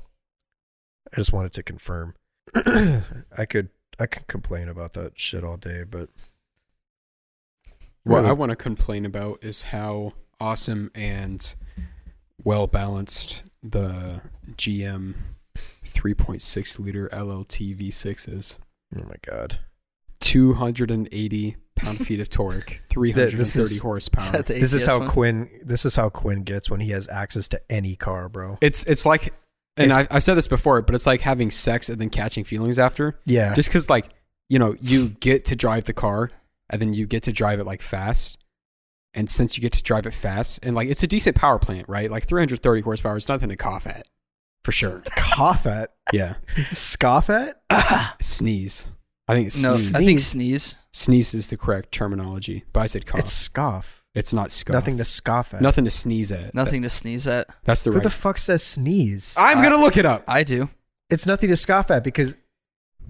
i just wanted to confirm i could i could complain about that shit all day but What Really? I want to complain about is how awesome and well balanced the GM 3.6 liter LLT V6 is. oh my god 280 pound feet of torque, 330 is- horsepower. the This is ATS how one? Quinn. This is how Quinn gets when he has access to any car, bro. it's it's like, and I, I've said this before, but it's like having sex and then catching feelings after. Yeah, Just because, like, you know, you get to drive the car and then you get to drive it like fast. And since you get to drive it fast, and like it's a decent power plant, right? Like 330 horsepower is nothing to cough at, for sure. cough at, Yeah, scoff at. sneeze. I think it's No, sneeze. I think sneeze. sneeze is the correct terminology, but I said cough. It's It's, scoff. not scoff. Nothing to scoff at. Nothing to sneeze at. Nothing to sneeze at. That- that's the Who right. the fuck says sneeze? I'm gonna look it up. I do. it's nothing to scoff at because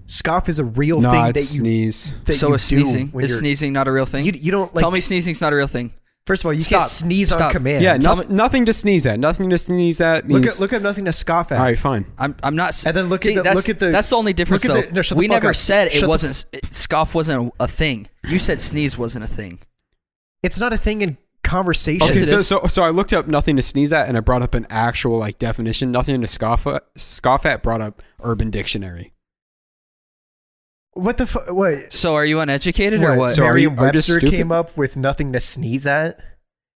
scoff is a real Nah, thing that it's you sneeze. that so you is do sneezing. when Is you're- sneezing not a real thing? You, you don't like. Tell me sneezing's not a real thing. First of all, you Stop. can't sneeze on Stop. command. Yeah, Tell no- me- nothing to sneeze at. Nothing to sneeze at. Means, Look at look at nothing to scoff at. All right, fine. I'm I'm not. s- And then look at See, the- that's, look at the- That's the only difference. look at though. the- no, shut the we fuck never up. said Shut it the- wasn't. s- it- scoff wasn't a, a thing. You said sneeze wasn't a thing. It's not a thing in conversation. Okay, Yes, it so, is. so so I looked up nothing to sneeze at, and I brought up an actual like definition. Nothing to scoff at. Scoff at brought up Urban Dictionary. What the fuck? What? So are you uneducated or what? So are you- are you just Merriam-Webster stupid? came up with nothing to sneeze at.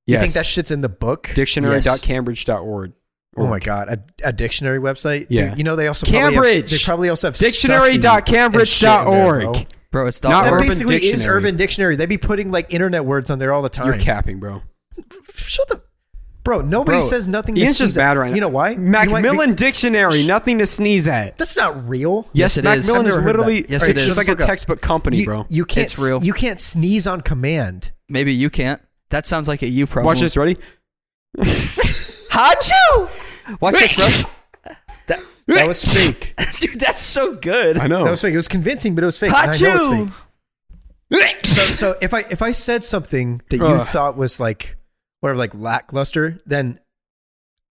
You Yes. think that shit's in the book? Dictionary.cambridge.org. oh my god, a, a dictionary website. Yeah. Dude, you know they also Probably have, Cambridge! they probably also have sussy and shit in there, bro. Dictionary.cambridge.org. Bro, it's Not dot That Urban org. basically is Dictionary. Urban Dictionary. They be putting like internet words on there all the time. You're capping, bro. Shut the. Bro, nobody Bro, says nothing. to Ian's just sneeze at. bad right now. You know why? You know why? Be- Macmillan Dictionary. Nothing to sneeze at. That's not real. Yes, it is. Macmillan I've is never heard of literally. that. Yes, it's it is. just like a Look up. textbook company, you, bro. You can't. It's s- real. You can't sneeze on command. Maybe you can't. That sounds like a you problem. Watch this. Ready? Hachu! Watch this, bro. That was fake. Dude, that's so good. I know. That was fake. It was convincing, but it was fake. and I know it's fake. Hachu! So, so if I if I said something that you Ugh. thought was like whatever, like lackluster, then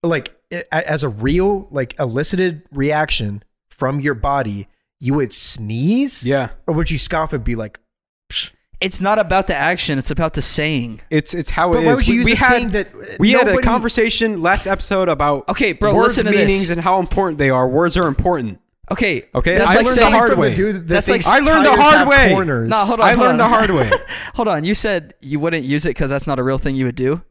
like i- as a real like elicited reaction from your body, you would sneeze, yeah. or would you scoff and be like, It's not about the action, it's about the saying. It's it's how But it is. why would you we, use we a had, saying that, uh, we had a nobody- conversation last episode about Okay, bro, words listen to meanings this. and how important they are. Words are important. Okay. Okay, That's I like learned the saying, hard from way. the dude that That's like- thinks I learned the tires hard have way. Corners. Nah, hold on, I hold learned on. the hard way. Hold on, you said you wouldn't use it because that's not a real thing you would do.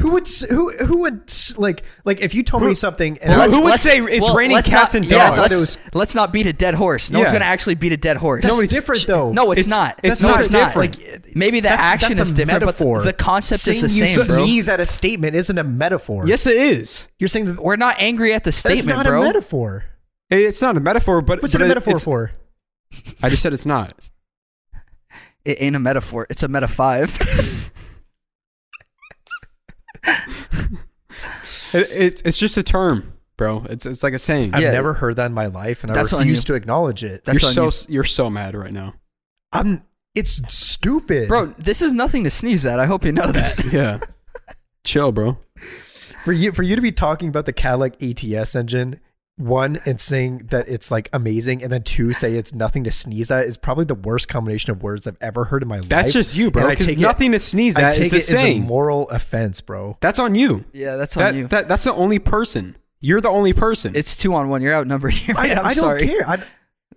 Who would s- who who would s- like like if you told me Who- something and Well, I who was, would say it's raining let's cats not- and Yeah, dogs? let's, I thought it let's not beat a dead horse. No one's Yeah. going to actually beat a dead horse. that's nobody's- different though? no, it's, it's- not. it's no, not it's not. different. Like, Maybe the that's- action that's is a different, metaphor. but the concept saying is the you same, bro. sneeze at a statement isn't a metaphor. Yes, it is. you're saying that We're not angry at the statement, That's not bro. a metaphor. It's not a metaphor, but What's but it a it- metaphor it's- for? I just said it's not. It ain't a metaphor. It's a meta five. It, it's it's just a term, bro. It's it's like a saying. I've Yeah. never heard that in my life, and That's I on refuse you. to acknowledge it. That's you're on so you. you're so mad right now. I'm. It's stupid, Bro, this is nothing to sneeze at. I hope you know that. Yeah. Chill, bro. For you, for you to be talking about the Cadillac ATS engine, one and saying that it's like amazing, and then two say it's nothing to sneeze at is probably the worst combination of words I've ever heard in my life. That's just you, bro. And I Because take nothing to it, sneeze I at take is it a as a saying. moral offense, bro. That's on you. Yeah, that's on That, you. that that's the only person. You're the only person. it's two on one. You're outnumbered here. I, man. I'm I don't sorry. care. I,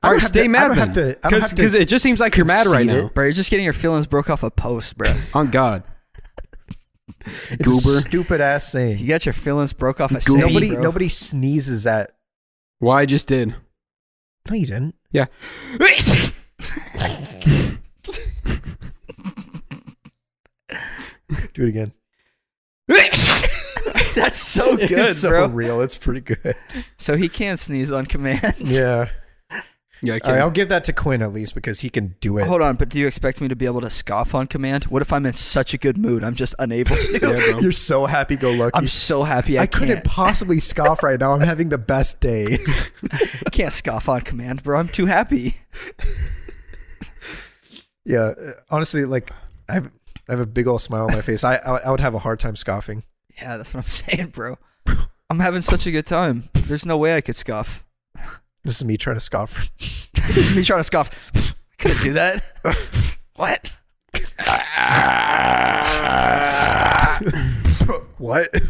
I All don't right, have stay to, I mad don't have then. to. I don't have to. it just seems like you're mad right concede now. it. Bro, you're just getting your feelings broke off a post, bro. On God. it's a goober. stupid ass You saying. got your feelings broke off a Goopy. saying, Nobody, bro. nobody sneezes at. Well, I just did. No, you didn't. Yeah. Do it again. That's so good, it's so bro. real. It's pretty good. So he can sneeze on command. Yeah. Yeah, I All right, I'll can. give that to Quinn at least because he can do it. Hold on, but do you expect me to be able to scoff on command? What if I'm in such a good mood? I'm just unable to. Yeah, bro. You're so happy go lucky. I'm so happy I, I couldn't can't, possibly scoff right now. I'm having the best day. can't scoff on command, bro. I'm too happy. yeah. uh, Honestly, like I have, I have a big old smile on my face. I, I I would have a hard time scoffing. Yeah, that's what I'm saying, bro. I'm having such a good time. There's no way I could scoff. This is me trying to scoff. this is me trying to scoff. I couldn't do that. what? what?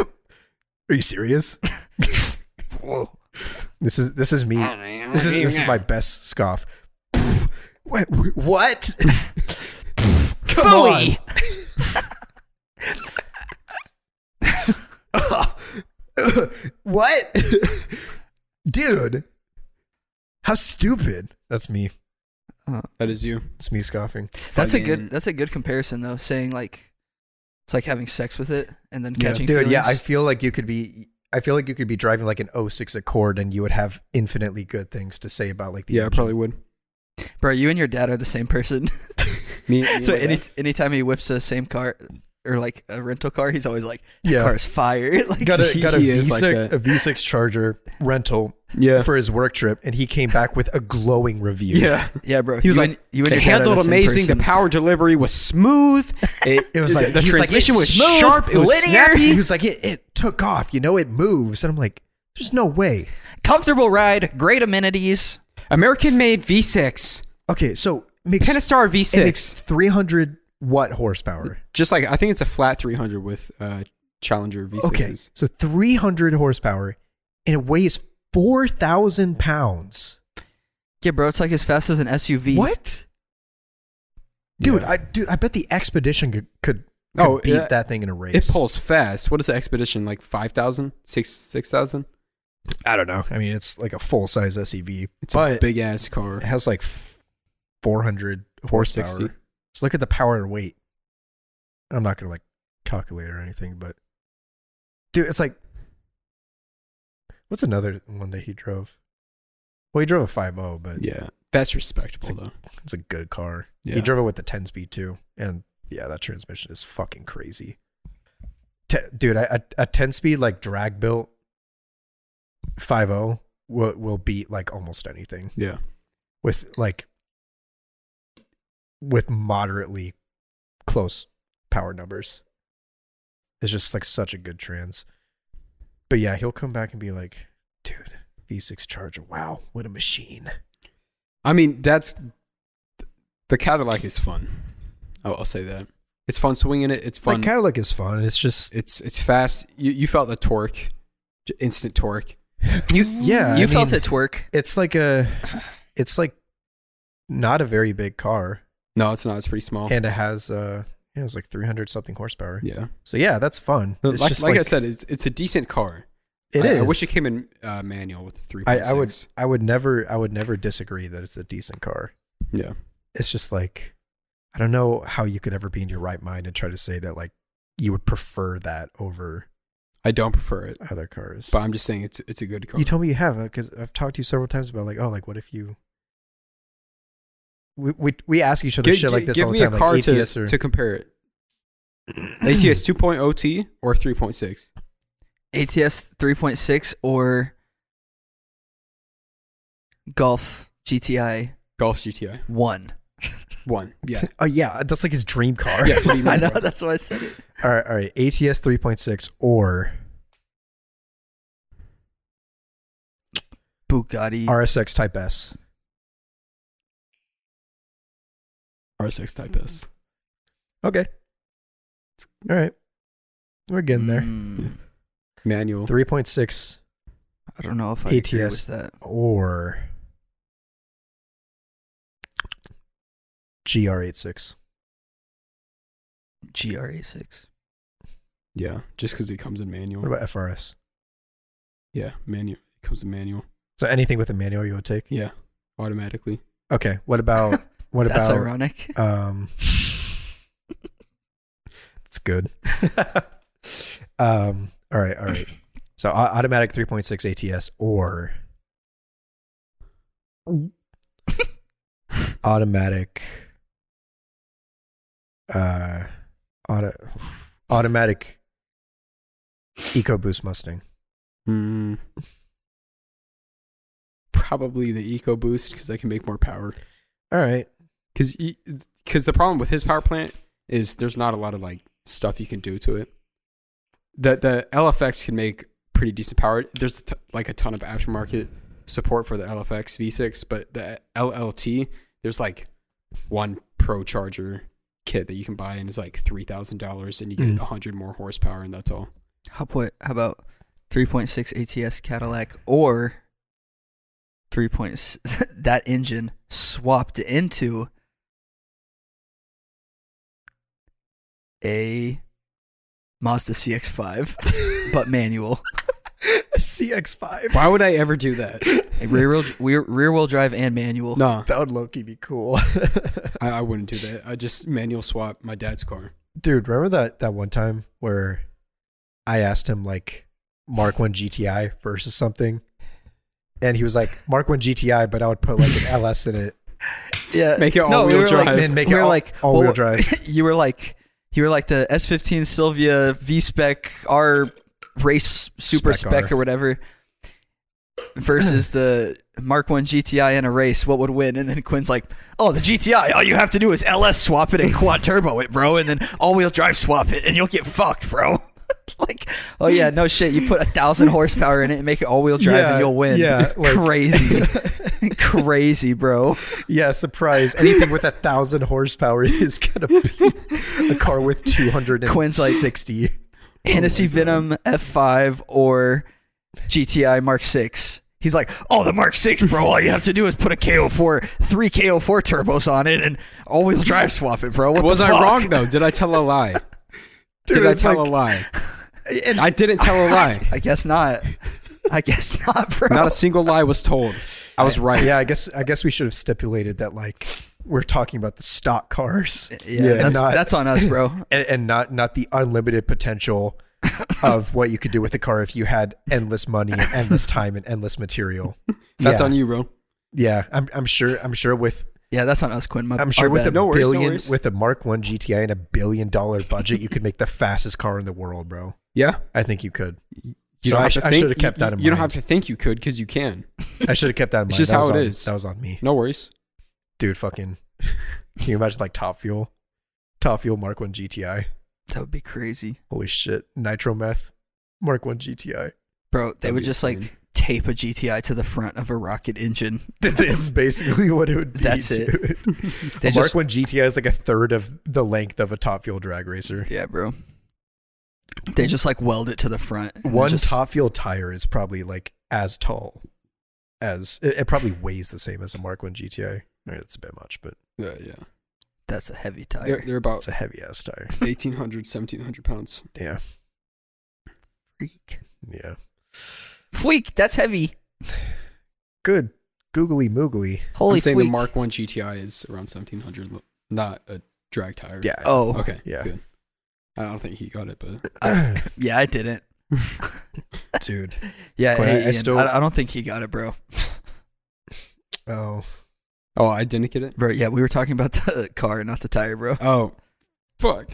Are you serious? Whoa. This is this is me. This is this is my best scoff. What? What? Come Bowie. on. what? Dude. How stupid. That's me. That is you. That's me scoffing. That's a Fucking- good. That's a good comparison though. Saying like, it's like having sex with it and then Yeah. catching. Dude, yeah, I feelings. feel like you could be I feel like you could be driving like an 06 Accord and you would have infinitely good things to say about like the Yeah, I engine. probably would. bro, you and your dad are the same person. Me. me so and my any dad. anytime he whips the same car or like a rental car, he's always like, that Yeah. "Car is fire." like, got a He- got a he is V6 like that. a V6 Charger rental yeah. for his work trip and he came back with a glowing review. yeah. yeah, bro. He was you like, and, you It and your dad are handled the same amazing. person. The power delivery was smooth. It, It was like the he was like, transmission "It's was sharp. It was linear." snappy. He was like, it, it took off, you know, it moves. And I'm like, there's no way. Comfortable ride, great amenities. American made V6, Okay, so makes Pentastar it V6. makes 300 what horsepower? Just like I think it's a flat 300 with uh, Challenger V6s. Okay, so 300 horsepower and it weighs 4,000 pounds. Yeah, bro, it's like as fast as an SUV. What? Dude, Yeah. I dude, I bet the Expedition could could, could Oh, beat yeah. that thing in a race. It pulls fast. What is the expedition like? 5,000? 6 6,000? I don't know. I mean, it's like a full size SUV. It's a but big ass it car. has like f- 400 horsepower. 460. So look at the power and weight. I'm not gonna like calculate or anything, but dude, it's like what's another one that he drove? Well, he drove a 5.0, but Yeah, that's respectable It's though. it's a good car. Yeah. He drove it with the 10 speed too, and yeah, that transmission is fucking crazy. Te- dude, I- a, a 10 speed like drag built 5.0 will will beat like almost anything Yeah, with like with moderately close power numbers. It's just like such a good trans. But yeah, he'll come back and be like, dude, V6 Charger, wow, what a machine. I mean that's the Cadillac is fun. I'll, I'll say that it's fun swinging it. It's fun. Like Cadillac is fun. It's just it's it's fast. You you felt the torque, J- instant torque. you yeah. You I felt mean, it twerk. It's like a it's like not a very big car. No, it's not. It's pretty small. And it has uh it was like three hundred something horsepower. Oh. yeah, So yeah, that's fun. like, It's like, just like, I said, it's it's a decent car. it I, is. I wish it came in uh, manual with the three. I, I would I would never I would never disagree that it's a decent car. Yeah. It's just like I don't know how you could ever be in your right mind and try to say that like you would prefer that over I don't prefer it, other cars. but I'm just saying it's it's a good car. you told me you have because I've talked to you several times about like oh like what if you we we, we ask each other Gi- shit gi- like this give all the me time a car like to, ATS or to compare it. ATS 2.0 T or 3.6. ATS 3.6 or Golf GTI Golf GTI 1. one. Yeah, oh yeah that's like his dream car. yeah. pretty I much, know, bro. that's why I said it. all right all right ATS three point six or Bugatti. RSX Type S. R6 Type S. Okay. All right. We're getting there. Mm, Manual. Three point six I don't know if I ATS. agree ATS. with that. or GR86. GRA6. Yeah, just because it comes in manual. What about FRS? yeah, manual. It comes in manual. So anything with a manual you would take? Yeah, automatically. Okay. What about what That's about ironic. um It's good. um all right, all right. So au- automatic 3.6 ATS or automatic uh auto automatic EcoBoost Mustang. Hmm. Probably the EcoBoost because I can make more power. All right. Because because the problem with his power plant is there's not a lot of like stuff you can do to it. The the LFX can make pretty decent power. There's t- like a ton of aftermarket support for the LFX V6, but the LLT there's like one pro charger kit that you can buy and it's like three thousand dollars and you get Mm. a hundred more horsepower and that's all. How, po- how about 3.6 ATS Cadillac or 3. Points, that engine swapped into a Mazda CX-5, but manual. CX5. Why would I ever do that? A rear wheel, rear, rear wheel drive and manual. No, That would low key be cool. I, I wouldn't do that. I just manual swap my dad's car. Dude, remember that, that one time where I asked him, like, Mark 1 GTI versus something? And he was like, Mark 1 GTI, but I would put like an LS in it. Yeah, Make it No, we all-wheel were like- drive. And then make we it were all, like, all wheel well, drive. you were like you were like the S15 Sylvia V Spec R race super Spec spec, R. or whatever versus the Mark 1 GTI in a race what would win and then Quinn's like oh the GTI all you have to do is LS swap it and quad turbo it bro and then all wheel drive swap it and you'll get fucked bro like oh yeah no shit you put a thousand horsepower in it and make it all wheel drive Yeah, and you'll win yeah, like- crazy crazy bro Yeah, surprise. Anything with a thousand horsepower is gonna be a car with two hundred and Quinn's like- sixty. Oh Hennessy Venom F5 or GTI Mark 6. He's like, oh, the Mark 6, bro. All you have to do is put a KO4, three KO4 turbos on it, and all wheel drive swap it, bro. What Was the I fuck? wrong though? Did I tell a lie? Dude, Did I it's tell like- a lie? and- I didn't tell a lie. I guess not. I guess not, bro. Not a single lie was told. I was right. Yeah, I guess I guess we should have stipulated that like we're talking about the stock cars. yeah, and that's, not, that's on us, bro. and, and not not the unlimited potential of what you could do with a car if you had endless money and endless time and endless material. That's yeah, on you, bro. Yeah, I'm I'm sure I'm sure with Yeah, that's on us, Quinn. My, I'm sure our with a bad. No worries, no billion worries. with a Mark One GTI and a billion dollar budget, you could make the fastest car in the world, bro. Yeah. I think you could. You So don't I have sh- to I think- should've kept you- that in you don't mind. have to think you could because you can. I should have kept that in mind. It's just That was how it on- is. That was on me, No worries. dude. Fucking. Can you imagine like Top Fuel, Top Fuel Mark One GTI? That would be crazy. Holy shit, Nitro Meth, Mark One GTI. Bro, they That'd would be just insane. like tape a GTI to the front of a rocket engine. That's basically what it would be. That's it. dude. They a just, Mark One GTI is like a third of the length of a Top Fuel drag racer. yeah, bro. They just like weld it to the front. and then One just, Top Fuel tire is probably like as tall as it, it probably weighs the same as a Mark One GTI. All right, that's a bit much, but Yeah, yeah. That's a heavy tire. They're, they're about it's a heavy ass tire. 1,800, 1,700 pounds. Yeah, Freak. yeah. Freak, that's heavy. Good googly moogly. Holy I'm saying freak. the Mark 1 GTI is around 1,700, lo- not a drag tire. Yeah. oh, Okay. Yeah. Good. I don't think he got it, but yeah, I didn't. dude. Yeah, Quinn, I- hey, I Ian, I, still- I don't think he got it, bro. Oh, oh, I didn't get it. Bro, yeah, we were talking about the car, not the tire, bro. Oh, fuck.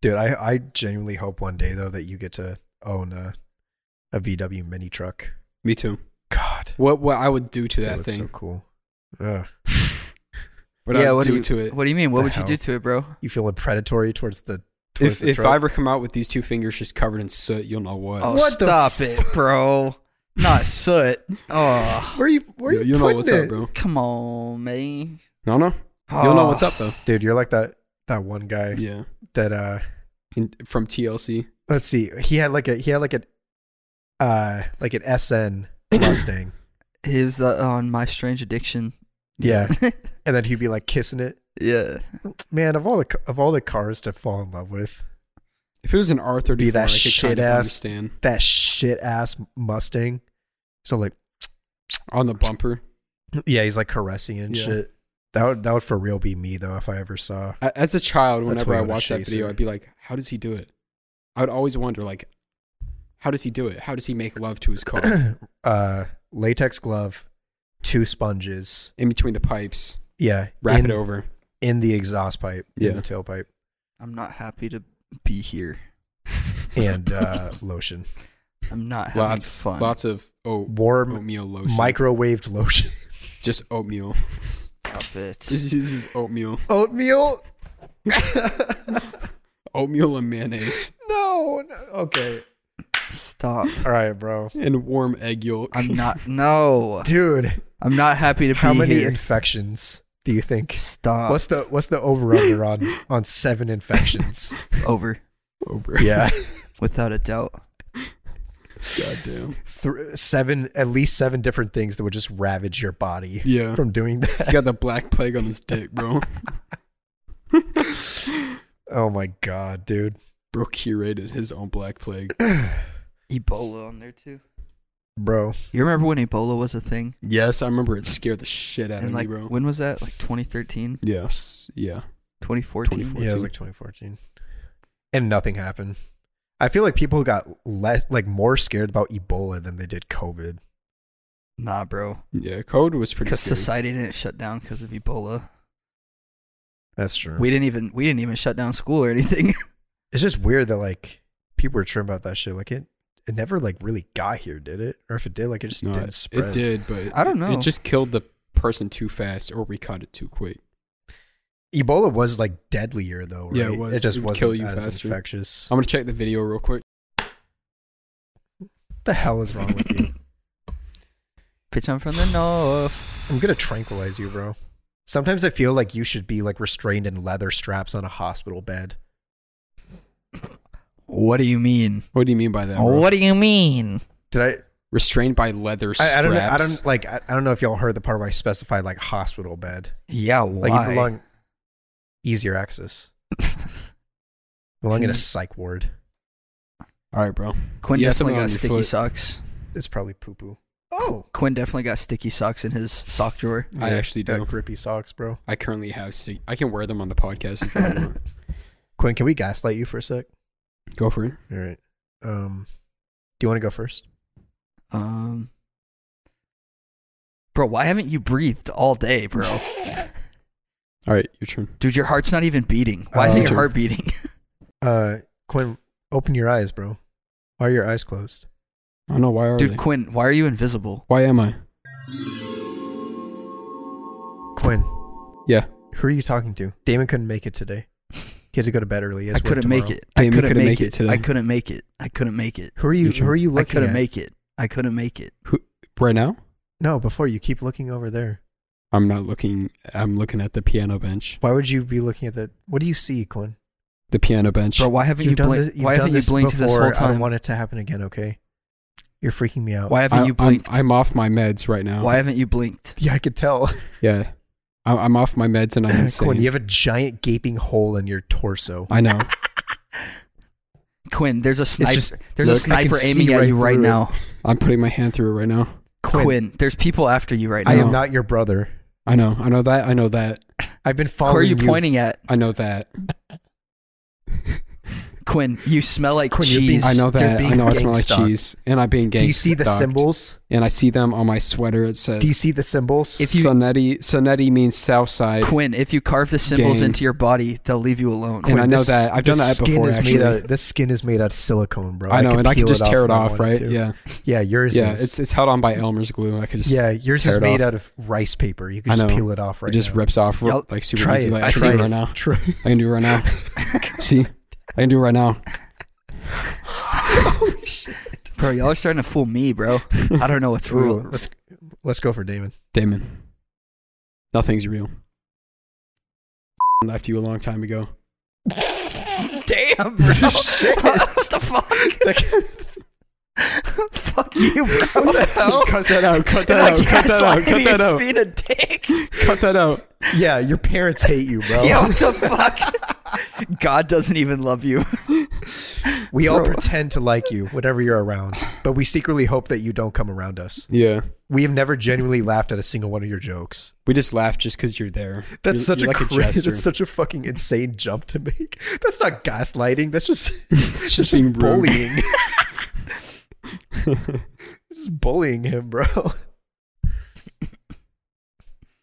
dude, I I genuinely hope one day though that you get to own a a VW mini truck. Me too. God, What what I would do to that that looks so thing? cool. Ugh. What yeah, I would what do, do you, to it? What do you mean? What The would hell? you do to it, bro? You feeling predatory towards the towards If the if I truck? ever come out with these two fingers just covered in soot, you'll know what. Oh, What the stop it, bro. Not soot. Oh, where you where you, you, will know putting what's it? up, bro. come on, man. No, Ah, no. You'll know what's up though. dude? You're like that that one guy Yeah. that uh. In, from TLC. Let's see. He had like a he had like an uh like an SN Mustang. He was uh, on My Strange Addiction. yeah, and then he'd be like kissing it. yeah. Man, of all the of all the cars to fall in love with, If it was an R thirty Be four, I that could kind of shit-ass- understand that shit ass Mustang. So like, on the bumper. yeah, he's like caressing and Yeah. shit. That would that would for real be me though if I ever saw. A- As a child, A whenever I Toyota watched that video, Chaser. I'd be like, "How does he do it?" I would always wonder, like, "How does he do it? How does he make love to his car uh latex glove, two sponges. in between the pipes? Yeah, Wrap in, it over." in the exhaust pipe, Yeah. in the tailpipe, I'm not happy to be here. and uh, lotion, I'm not having Lots, fun. lots of oh, warm oatmeal lotion. microwaved lotion, just oatmeal. Stop it. This is oatmeal, oatmeal. oatmeal and mayonnaise, No, no. Okay. Stop. All right, bro. and warm egg yolk. I'm not. No. Dude, I'm not happy to be how many here. infections do you think? Uh, Stop. What's the what's the over under on on seven infections? over? over. Yeah. Without a doubt. Goddamn. Th- seven at least seven different things that would just ravage your body Yeah, from doing that. he got the black plague on his dick, bro. Oh my god, dude. Bro curated his own Black Plague. Ebola on there too. Bro, You remember when Ebola was a thing? Yes, I remember it scared the shit out and of like me, bro. when was that? Like 2013, yes, yeah. 2014. 24. yeah, it 14. was like 2014. And nothing happened. I feel like people got less like more scared about Ebola than they did COVID. Nah, bro. Yeah, code was pretty Because scary. society didn't shut down because of Ebola. That's true. We didn't even we didn't even shut down school or anything. it's just weird that like people were tripping about that shit. Like it it never like really got here, did it? Or if it did, like it just No, didn't it- spread. It did, but I don't it- know. It just killed the person too fast, or we caught it too quick. Ebola was like deadlier though, right? Yeah, it was. It just It would wasn't kill you as faster. Um, infectious. I'm gonna check the video real quick. What the hell is wrong with you? Bitch, I'm from the north. I'm gonna tranquilize you, bro. Sometimes I feel like you should be like restrained in leather straps on a hospital bed. What do you mean? What do you mean by that? bro? Oh, What do you mean? Did I? Restrained by leather straps. I, I don't. Know, I don't like. I, I don't know if y'all heard the part where I specified like hospital bed. Yeah, Like why? you belong easier access. belong in a psych ward. All right, bro. Quinn You have definitely something on got your sticky foot. socks. It's probably poo poo. Oh, Quinn definitely got sticky socks in his sock drawer. I actually do. got grippy socks, bro. I currently have. sti- I can wear them on the podcast. If I want. Quinn, can we gaslight you for a sec? Go for it. All right. Um, do you want to go first? Um, bro, why haven't you breathed all day, bro? All right, your turn. Dude, your heart's not even beating. Why isn't Oh. your heart beating? Uh, Quinn, open your eyes, bro. Why are your eyes closed? I don't know why are Dude, they? Quinn, why are you invisible? Why am I? Quinn, Yeah, who are you talking to? Damon couldn't make it today. He had to go to bed early. He I has work couldn't make tomorrow. it. I Damn, you couldn't make it. today. I couldn't make it. I couldn't make it. Who are you? Your turn. Who are you I looking couldn't at? make it. I couldn't make it. right now No, before you keep looking over there. I'm not looking. I'm looking at the piano bench. Why would you be looking at that? What do you see, Quinn? The piano bench. Bro, why haven't you blinked? you've Why haven't you this blinked this before. whole I time? don't want it to happen again. Okay, you're freaking me out. Why haven't I, you blinked? I'm, I'm off my meds right now. Why haven't you blinked? Yeah, I could tell. Yeah, I, I'm off my meds and I'm insane. Quinn, you have a giant gaping hole in your torso. I know. Quinn, there's a sniper. just- there's a look, I can sniper see aiming at right you right through it. now. I'm putting my hand through it right now. Quinn, Quinn, there's people after you right I now. am not your brother. I know. I know that. I know that. I've been Who following are you pointing at? I know that. Quinn, you smell like Quinn, you're being- cheese. I know You're that. being I know I smell like gangstalked. cheese, and I'm being gang. Do you see the symbols? And I see them on my sweater. It says. Do you see the symbols? If you- Sonetti, Sonetti means south side. Quinn, if you carve the symbols Gang. into your body, they'll leave you alone. And I know This- that. I've done this that skin before, Is made actually. out, this skin is made out of silicone, bro. I know, and I peel can just tear it if I off, right? wanted to. Yeah, yeah. Yours yeah. is. It's it's held on by Elmer's glue. and I could just yeah, yours tear is it made off. out of rice paper. You can I just know. peel it off right it just now. rips off real, Y'all- like super try easy. it. Like, I I can tried do it it. right now. Try- I can do it right now. see, I can do it right now. Bro, y'all are starting to fool me, bro. I don't know what's Ooh, real. let's let's go for Damon. Damon, nothing's real. Left you a long time ago. Damn, bro. what the fuck? fuck you, bro. What the hell? Cut that out. Cut You're that not out. Cut that out. gaslighting, Cut you're that out. just being a dick. Cut that out. Yeah, your parents hate you, bro. Yeah, what the fuck? God doesn't even love you. we all bro. pretend to like you whenever you're around, but we secretly hope that you don't come around us. Yeah, We have never genuinely laughed at a single one of your jokes. we just laugh just because you're there. That's You're- such you're a, like cra- jester. that's such a fucking insane jump to make. That's not gaslighting. That's just It's just, being just rude. bullying. just bullying him, bro.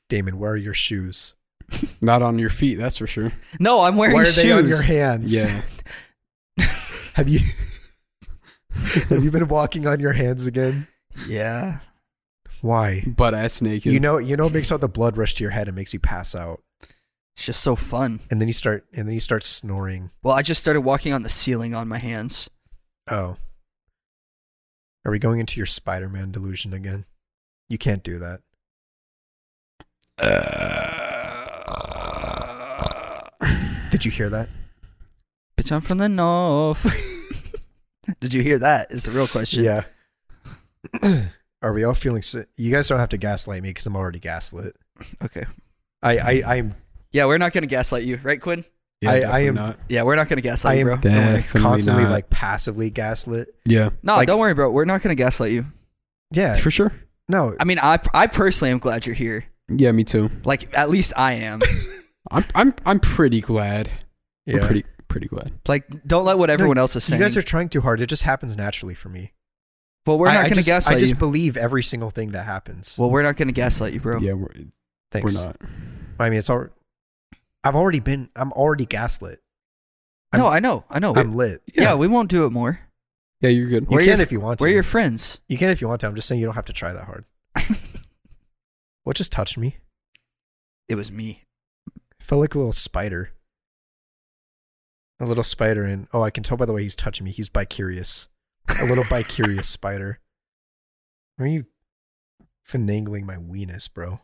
Damon, where are your shoes? Not on your feet, that's for sure. No, I'm wearing Why are shoes. they on your hands? Yeah. Have you have you been walking on your hands again? yeah. Why? Butt ass naked. You know, you know, it makes all the blood rush to your head and makes you pass out, It's just so fun. and then you start, and then you start snoring. Well, I just started walking on the ceiling on my hands. Oh, are we going into your Spider-Man delusion again? You can't do that. Did you hear that? Bitch, I'm from the north. Did you hear that? Is the real question. Yeah. are we all feeling sick? You guys don't have to gaslight me because I'm already gaslit. Okay. I, I, I'm. Yeah, we're not gonna gaslight you, right, Quinn? Yeah, I- I definitely am- Not. Yeah, we're not gonna gaslight I you, am bro. the one that Definitely constantly not. like passively gaslit. Yeah, No, like- don't worry, bro. We're not gonna gaslight you. Yeah, for sure. no, I mean, I I personally am glad you're here. Yeah, me too. Like, at least I am. I'm I'm I'm pretty glad. yeah. I'm pretty pretty glad. like, don't let what everyone else is you saying. guys are trying too hard. It just happens naturally for me. well, we're I- not I gonna just- gaslight I just you. believe every single thing that happens. well, we're not gonna gaslight you, bro. Yeah, we're, we're Thanks. not. I mean, it's all. I've already been. I'm already gaslit. I'm- no, I know, I know. I'm lit. Oh, yeah. we won't do it more. Yeah, you're good. You We're your can f- if you want to. We're your friends. you can if you want to. I'm just saying you don't have to try that hard. What just touched me? it was me. It felt like a little spider. A little spider, and oh, I can tell by the way he's touching me. He's bicurious. A little bicurious spider. Why are you finagling my weenus, bro?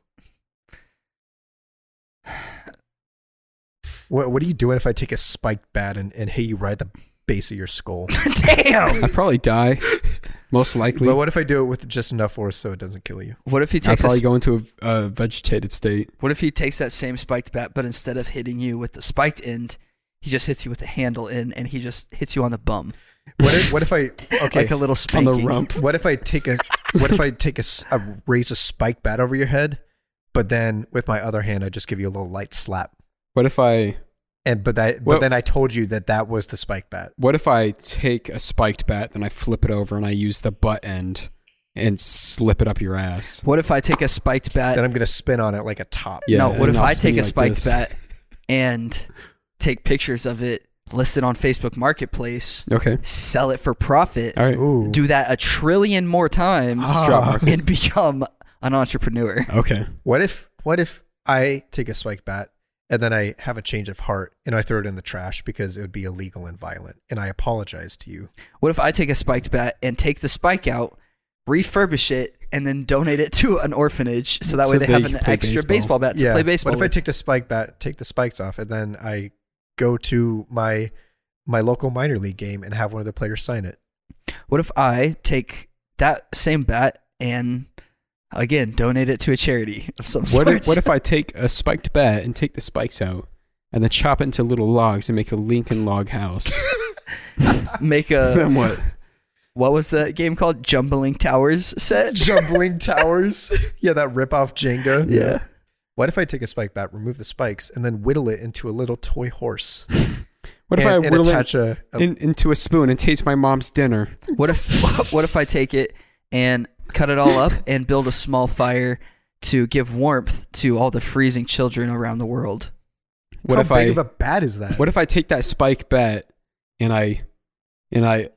What What are you doing if I take a spiked bat and, and hit you right at the base of your skull? Damn. I probably die, most likely. but what if I do it with just enough force so it doesn't kill you? What if he I takes? probably This, go into a, a vegetative state. what if he takes that same spiked bat, but instead of hitting you with the spiked end, he just hits you with the handle end, and he just hits you on the bum, What if What if I okay? like a little On spanking. the rump. What if I take a what if I take a, s- a- raise a spike bat over your head, but then with my other hand I just give you a little light slap. What if I And but that Well- but then I told you that that was the spike bat. What if I take a spiked bat, then I flip it over and I use the butt end and slip it up your ass? What if I take a spiked bat? Then I'm gonna spin on it like a top. Yeah, no. What and if I'll I spin take you a like spiked this. bat and take pictures of it, list it on Facebook Marketplace, Okay. sell it for profit, All right. Ooh. do that a trillion more times, Ah. Drop market. and become an entrepreneur. Okay. What if what if I take a spike bat and then I have a change of heart and I throw it in the trash because it would be illegal and violent and I apologize to you. What if I take a spiked bat and take the spike out, refurbish it, and then donate it to an orphanage so that So way they they have can an play extra baseball. baseball, bat to play baseball? What if I with? take the spike bat, take the spikes off, and then I go to my my local minor league game and have one of the players sign it? what if I take that same bat and again donate it to a charity of some What sort? if, what if I take a spiked bat and take the spikes out and then chop it into little logs and make a Lincoln log house? make a then what? what was that game called? Jumbling Towers set. Jumbling towers. Yeah, that rip off Jenga. yeah. What if I take a spike bat, remove the spikes, and then whittle it into a little toy horse? What if and, I and whittle attach it a, a in, into a spoon and taste my mom's dinner? What if what if I take it and cut it all up and build a small fire to give warmth to all the freezing children around the world? What how if big I of a bat is that? What if I take that spike bat and I and I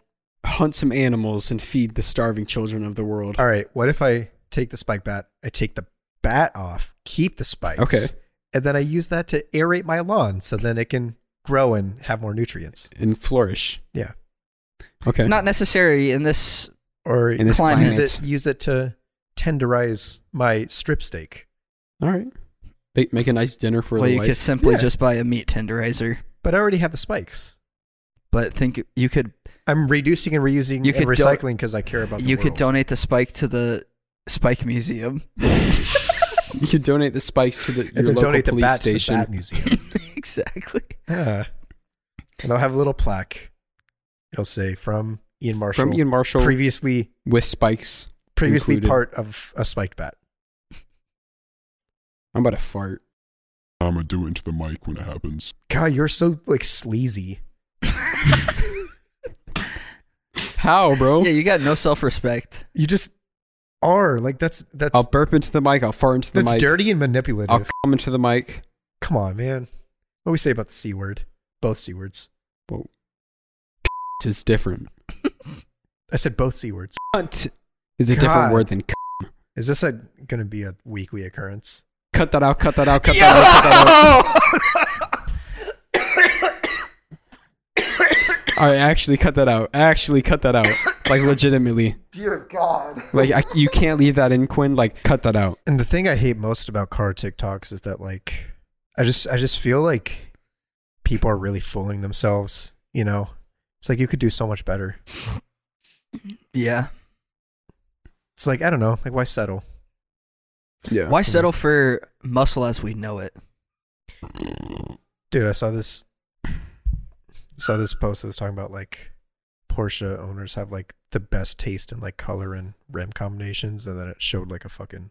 hunt some animals and feed the starving children of the world? All right. What if I take the spike bat, I take the bat off, keep the spikes, Okay. and then I use that to aerate my lawn so then it can grow and have more nutrients. and flourish. Yeah. Okay. Not necessary in this Or In this Climate. use climate. it use it to tenderize my strip steak. All right. Make, make a nice dinner for well, the you wife. could simply Yeah. just buy a meat tenderizer, But I already have the spikes. but think you could I'm reducing and reusing You and could don- recycling because I care about the you could world. donate the spike to the Spike Museum. You could donate the spikes to the, your and then local donate the police bat station. to the bat museum. exactly. Yeah. And I'll have a little plaque. It'll say from Ian Marshall. From Ian Marshall previously with spikes. previously Included. part of a spiked bat. I'm about to fart. I'm gonna do it into the mic when it happens. God, you're so like sleazy. How, bro? Yeah, you got no self-respect. You just are. Like that's that's I'll burp into the mic. I'll fart into the that's mic. dirty and I'll manipulative. come into the mic. Come on, man. What do we say about the C word? Both C words. Is different. I said both C words. Cunt is a different God. word than c- Is this a gonna be a weekly occurrence? cut that out. Cut that out. Cut that out. Cut that out. All right, actually cut that out. Actually cut that out. Like legitimately. Dear God. Like I, you can't leave that in Quinn. Like cut that out. And the thing I hate most about car TikToks is that like I just I just feel like people are really fooling themselves, you know. It's like you could do so much better. yeah. It's like I don't know, like why settle? Yeah. Why settle for muscle as we know it? Dude, I saw this saw this post that was talking about like Porsche owners have like the best taste in like color and rim combinations, and then it showed like a fucking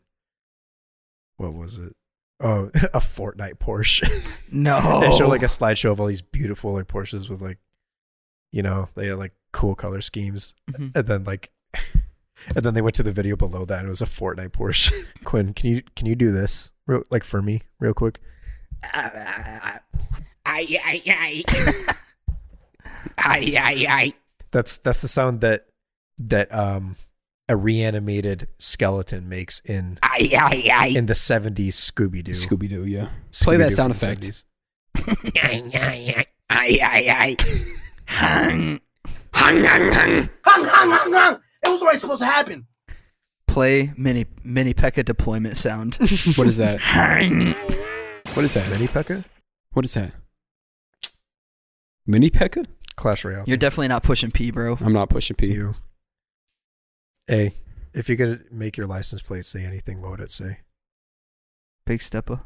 what was it? Oh, a Fortnite Porsche. No. They Oh. show like a slideshow of all these beautiful like Porsches with like, you know, they had like cool color schemes, Mm-hmm. Mhm. and then like, and then they went to the video below that, and it was a Fortnite Porsche. Quinn, can you can you do this real like for me real quick? Ay, ay, ay. ay, ay, ay. That's that's the sound that that um a reanimated skeleton makes in Ay, ay, ay. in the seventies Scooby Doo. Scooby Doo, yeah. Play that sound effect. Ay, ay, ay. Ay, ay, ay. Hung. Hung, hung, hung. Hung, hung, hung, hung. It was already supposed to happen. Play mini mini Pekka deployment sound. What is that? Hung. What is that? Mini Pekka, What is that? Mini Pekka? Clash Royale. You're definitely not pushing P, bro. I'm not pushing P. You. Hey, if you could make your license plate say anything, what would it say? Big stepper.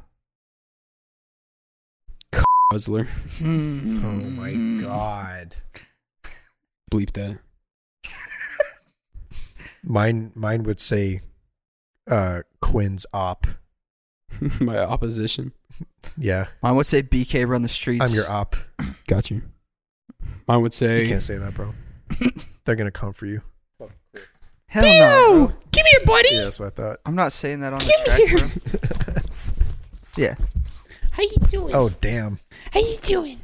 Puzzler. Oh god. Bleep that. Mine mine would say uh Quinn's op. My opposition. Yeah. Mine Hmm. would say BK run the streets. I'm your op. Got you. Mine would You say can't say that, bro. They're gonna come for you. Hell no. bro. Give me a buddy. Yeah, that's what I thought. I'm not saying that on Come the track, here. bro. Yeah. How you doing? Oh damn. How you doing?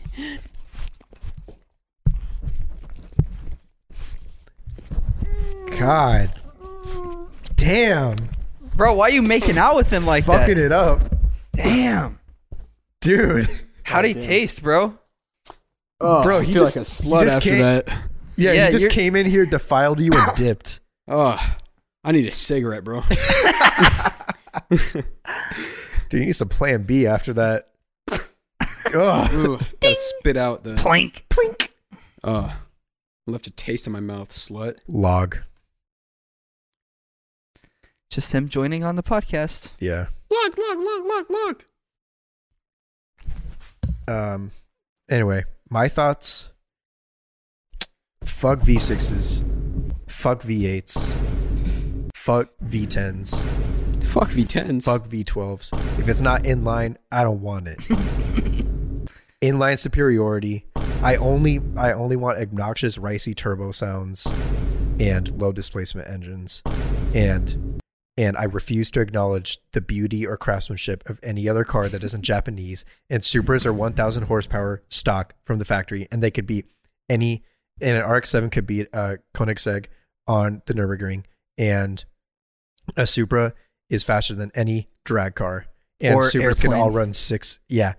God. Damn. Bro, why you making out with him like Fucking that? it up. Damn. Dude. How do you taste, bro? Oh, Bro, he I feel just- like a he slut just after came- that. Yeah, Yeah, he just you're- came in here, defiled you, and dipped. Oh, I need a cigarette, bro. Dude, you need some plan B after that. Ugh. Ooh, gotta spit out the. Plank. Plink. Oh, left a taste in my mouth, slut. Log. Just him joining on the podcast. Yeah. Look, look, look, look, look. Um. Anyway, my thoughts. Fuck V sixes. Fuck V eights. Fuck V tens. Fuck V10s. Fuck V twelves. If it's not inline, I don't want it. inline superiority. I only I only want obnoxious ricey turbo sounds and low displacement engines. And and I refuse to acknowledge the beauty or craftsmanship of any other car that isn't Japanese. And Supras are 1,000 horsepower stock from the factory, and they could beat any. And an RX-7 could beat a Koenigsegg on the Nurburgring, and a Supra is faster than any drag car. And Or Supras can all airplane. run six. Yeah,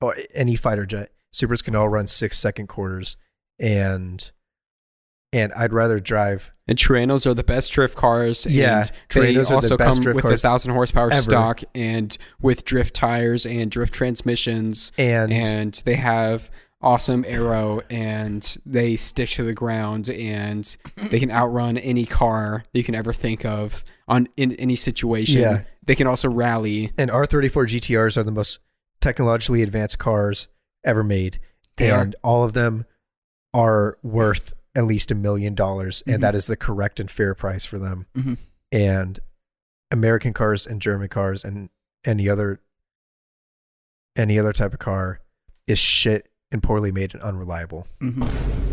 or any fighter jet. Supras can all run six second quarters, and and I'd rather drive And Tiranos are the best drift cars. Yeah, and they Tiranos are the also best come drift with a cars thousand horsepower ever. stock and with drift tires and drift transmissions. and, and they have awesome arrow and they stick to the ground and they can outrun any car that you can ever think of on in any situation. Yeah. They can also rally. and R34 GTRs are the most technologically advanced cars ever made, They are. and all of them are worth at least a million dollars, Mm-hmm. and that is the correct and fair price for them. Mhm. And American cars and German cars and any other any other type of car is shit and poorly made and unreliable. hmm